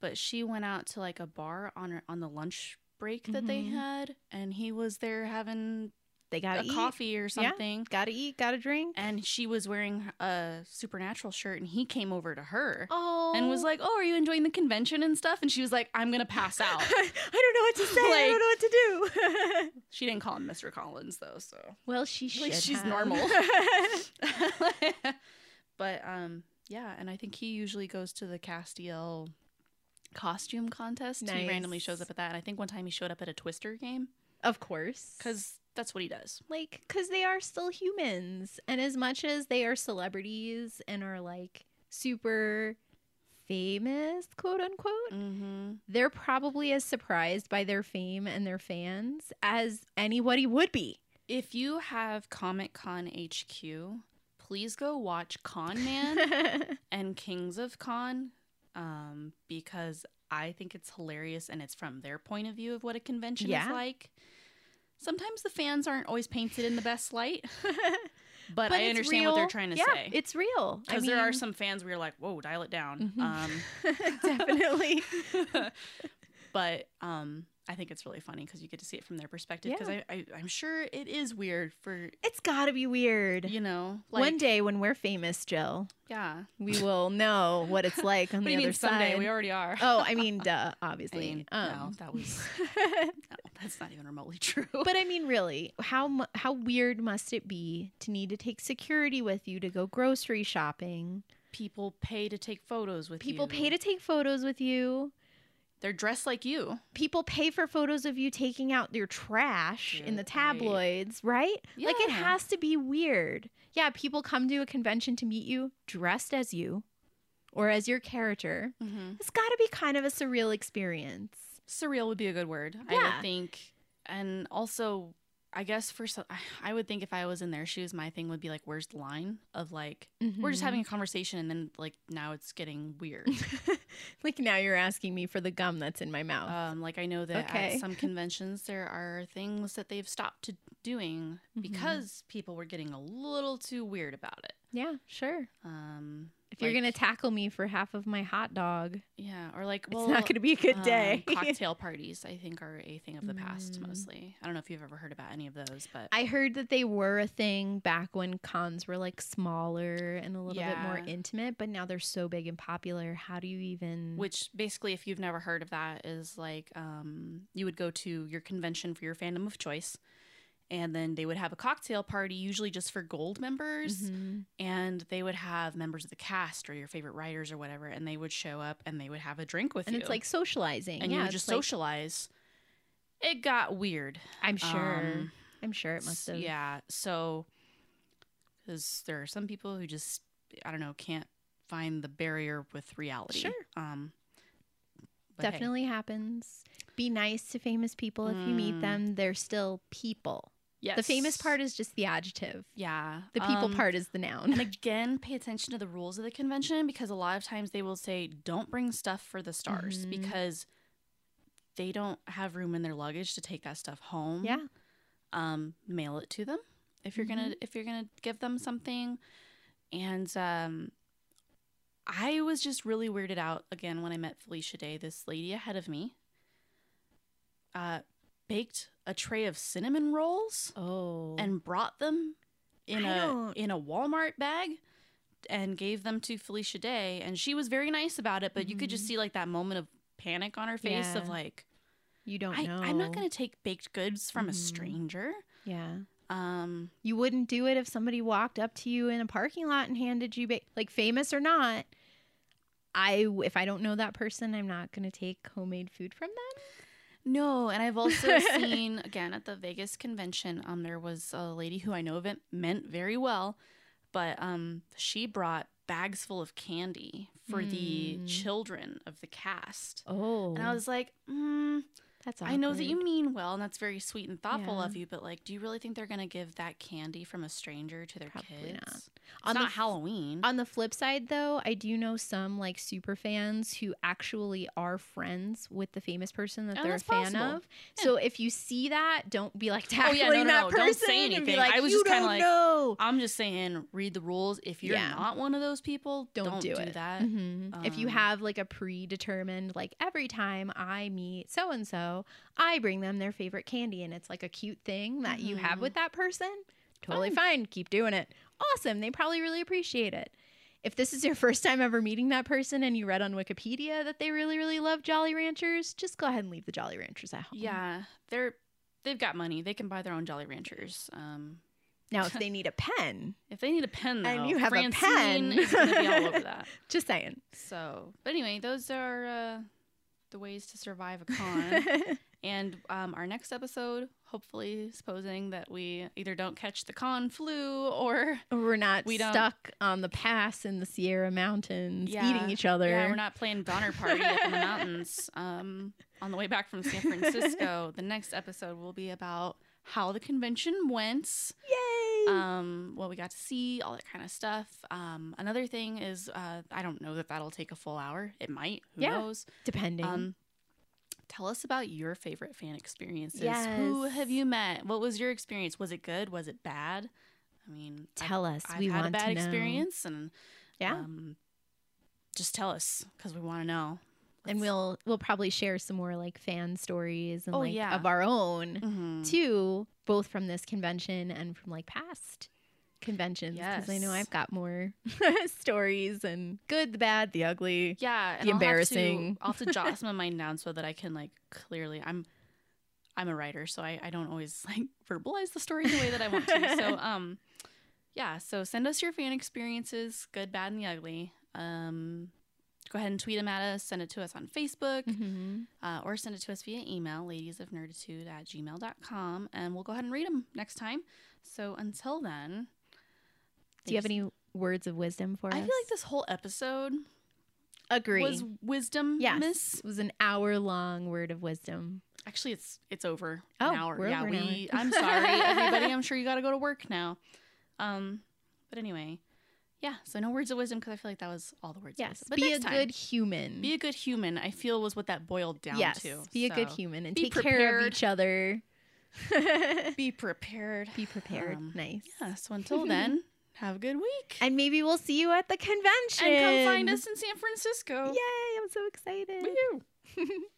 but she went out to like a bar on her, on the lunch break that they
Mhm.
had, and he was there having
they
Mm-hmm. a
gotta eat.
coffee or something.
Gotta eat, gotta drink.
And she was wearing a supernatural shirt, and he came over to her
Oh
and was like, "Oh, are you enjoying the convention and stuff?" And she was like, "I'm gonna pass out."
I don't know what to say. I don't know what to do.
she didn't call him Mr. Collins though, so
well, she should.
Like, she's
have.
normal. but um yeah and i think he usually goes to the castiel costume contest he randomly shows
Nice.
up at that and i think one time he showed up at a twister game
of course.
because that's what he does
like because they are still humans and as much as they are celebrities and are like super famous quote unquote
mm-hmm.
they're probably as surprised by their fame and their fans as anybody would be
if you have comic con hq please go watch con man
yeah
and kings of con um, because i think it's hilarious and it's from their point of view of what a convention
Yeah.
is like sometimes the fans aren't always painted in the best light but, I
it's
understand what they're
real.
trying to
Yeah,
say.
it's real I
Because there are
mean,
some um, fans where you're like, whoa, dial it down.
Mhm. definitely
Um, but um, I think it's really funny because you get to see it from their perspective. Because I, I, I'm sure it is weird for,
it's gotta be weird
you know, like,
one day when we're famous jill
Yeah.
we will know what it's like on
What do
the
you
other
mean someday?
side
We already are.
oh i mean duh
I
obviously
mean, no,
um
that was, no, that's not even remotely true.
But I mean, really, how mu- how weird must it be to need to take security with you to go grocery shopping?
people pay to take photos with
People
you.
pay to take photos with you.
They're dressed like you.
People pay for photos of you taking out your trash in the
Dude, right.
tabloids, right? Like it
Yeah.
has to be weird. Yeah, people come to a convention to meet you dressed as you or as your character.
Mm-hmm.
It's got to be kind of a surreal experience.
surreal would be a good word i
Yeah.
would think and also i guess for so- i would think if i was in their shoes my thing would be like where's the line of like we're just
Mhm.
having a conversation and then like now it's getting weird
like now you're asking me for the gum that's in my mouth.
um like i know that
Okay.
at some conventions there are things that they've stopped to doing
Mhm.
because people were getting a little too weird about it
yeah, sure.
um
If you're gonna
like-
tackle me for half of my hot dog,
yeah or like well
it's not gonna be a good
um,
day.
cocktail parties i think are a thing of the past
Mm.
mostly i don't know if you've ever heard about any of those but
I heard that they were a thing back when cons were like smaller and a little bit more
Yeah.
intimate, but now they're so big and popular. How do you even?
which basically if you've never heard of that is like um, you would go to your convention for your fandom of choice and then they would have a cocktail party usually just for gold members
Mhm.
and they would have members of the cast or your favorite writers or whatever and they would show up and they would have a drink with
and
you
it's like socializing.
and
yeah,
you would
it's
just
like-
socialize it got weird
I'm sure.
Um,
I'm sure it must
s-
have.
Yeah. So, because there are some people who just, I don't know, can't find the barrier with reality.
Sure.
Um, but hey.
definitely happens. Be nice to famous people if you meet
Mm.
them. They're still people.
Yes.
The famous part is just the adjective.
Yeah.
The people
Um,
part is the
And
noun.
again, pay attention to the rules of the convention because a lot of times they will say, don't bring stuff for the stars
Mhm.
because they don't have room in their luggage to take that stuff home.
yeah.
um, mail it to them
Mm-hmm.
if you're gonna if you're gonna give them something and um, I was just really weirded out again when I met Felicia Day. This lady ahead of me uh, baked a tray of cinnamon rolls
Oh. And
and brought them in
I
a
don't-
in a Walmart bag and gave them to Felicia Day and she was very nice about it but you could just see like that moment of panic on her face of
Mm-hmm. Yeah. Oh,
like
you don't
I,
know.
I'm not going to take baked goods from a
Mhm.
stranger
Yeah.
um
You wouldn't do it if somebody walked up to you in a parking lot and handed you, ba- like famous or not. I if I don't know that person, I'm not going to take homemade food from them.
no and I've also seen again at the Vegas convention um there was a lady who I know event meant very well but um she brought bags full of candy for the
Mm.
children of the cast
Oh,
and I was like mm,
that's.
I know that you mean well, and that's very sweet and thoughtful
Yeah.
of you. But like, do you really think they're gonna give that candy from a stranger to their
Probably
kids?
not.
It's
On the
not
f-
Halloween.
On the flip side, though, I do know some like super fans who actually are friends with the famous person that
Oh,
they're a
that's
fan
possible. Oh,
of. So if you see that, don't be like tackling
no, no,
that
no.
person.
Don't say
And be
anything.
like,
I was
you
just kinda
don't
like,
know.
I'm just saying, read the rules. If you're
Yeah.
not one of those people,
Don't do it.
that.
Mhm. if you
Um,
have like a predetermined, like every time I meet so and so, I bring them their favorite candy and it's like a cute thing that you have
Mhm.
with that person, totally fine. Keep doing it. Awesome. They probably really appreciate it. If this is your first time ever meeting that person and you read on Wikipedia that they really, really love Jolly Ranchers, just go ahead and leave the Jolly Ranchers at home.
Yeah, they're they've got money. They can buy their own Jolly Ranchers. Um,
Now, if they need a pen,
if they need a pen, though,
And you have a
Francine
pen.
is gonna be all over that.
just saying.
So, but anyway, those are uh, the ways to survive a con. And um, our next episode, hopefully, supposing that we either don't catch the con flu or
We're not
We don't-
stuck on the pass in the Sierra Mountains
Yeah.
eating each other.
yeah, we're not playing Donner Party up in the mountains. Um, on the way back from San Francisco, the next episode will be about how the convention went,
Yay!
um, what we got to see, all that kind of stuff. Um, another thing is, uh, I don't know that that'll take a full hour. It might. Who
Yeah.
knows?
Depending.
Um, tell us about your favorite fan experiences. Who
Yes.
have you met? What was your experience? Was it good? Was it bad? I mean, I've,
Tell us.
I've
we
had
want
a bad
to know.
experience, and
Yeah,
um, just tell us because we want to know.
and we'll we'll probably share some more like fan stories and
Oh,
like
yeah.
of our own
Mhm.
too, both from this convention and from like past conventions. Because I know
Yes.
I've got more stories and good, the bad, the ugly.
yeah, and I'll
The
have to-
embarrassing.
I'll have to jot some of mine down so that I can like clearly. I'm I'm a writer, so I, I don't always like verbalize the story the way that I want to. So um, yeah. So send us your fan experiences, good, bad, and the ugly. Um, go ahead and tweet them at us. Send it to us on Facebook.
Mhm.
uh, or send it to us via email, ladiesofnerditude at gmail.com, and we'll go ahead and read them next time. So until then,
Do you have any words of wisdom for
I
us?
feel like this whole episode
agree.
was wisdom.
Yes.
miss.
It was an hour long word of wisdom.
Actually, it's it's over
Oh,
an hour.
we're
yeah,
over an
we.
hour.
I'm sorry, everybody. I'm sure you got to go to work now. Um, but anyway, yeah. So no words of wisdom because I feel like that was all the words.
Yes.
of wisdom. But
be a
next time,
good human.
be a good human. I feel was what that boiled down
yes.
to.
Be a good
So,
human and
be
take care of
prepared.
each other.
Be prepared.
be prepared.
Um,
nice.
Yeah. So until then, have a good week.
And maybe we'll see you at the convention.
And come find us in San Francisco.
Yay, I'm so excited.
Woohoo.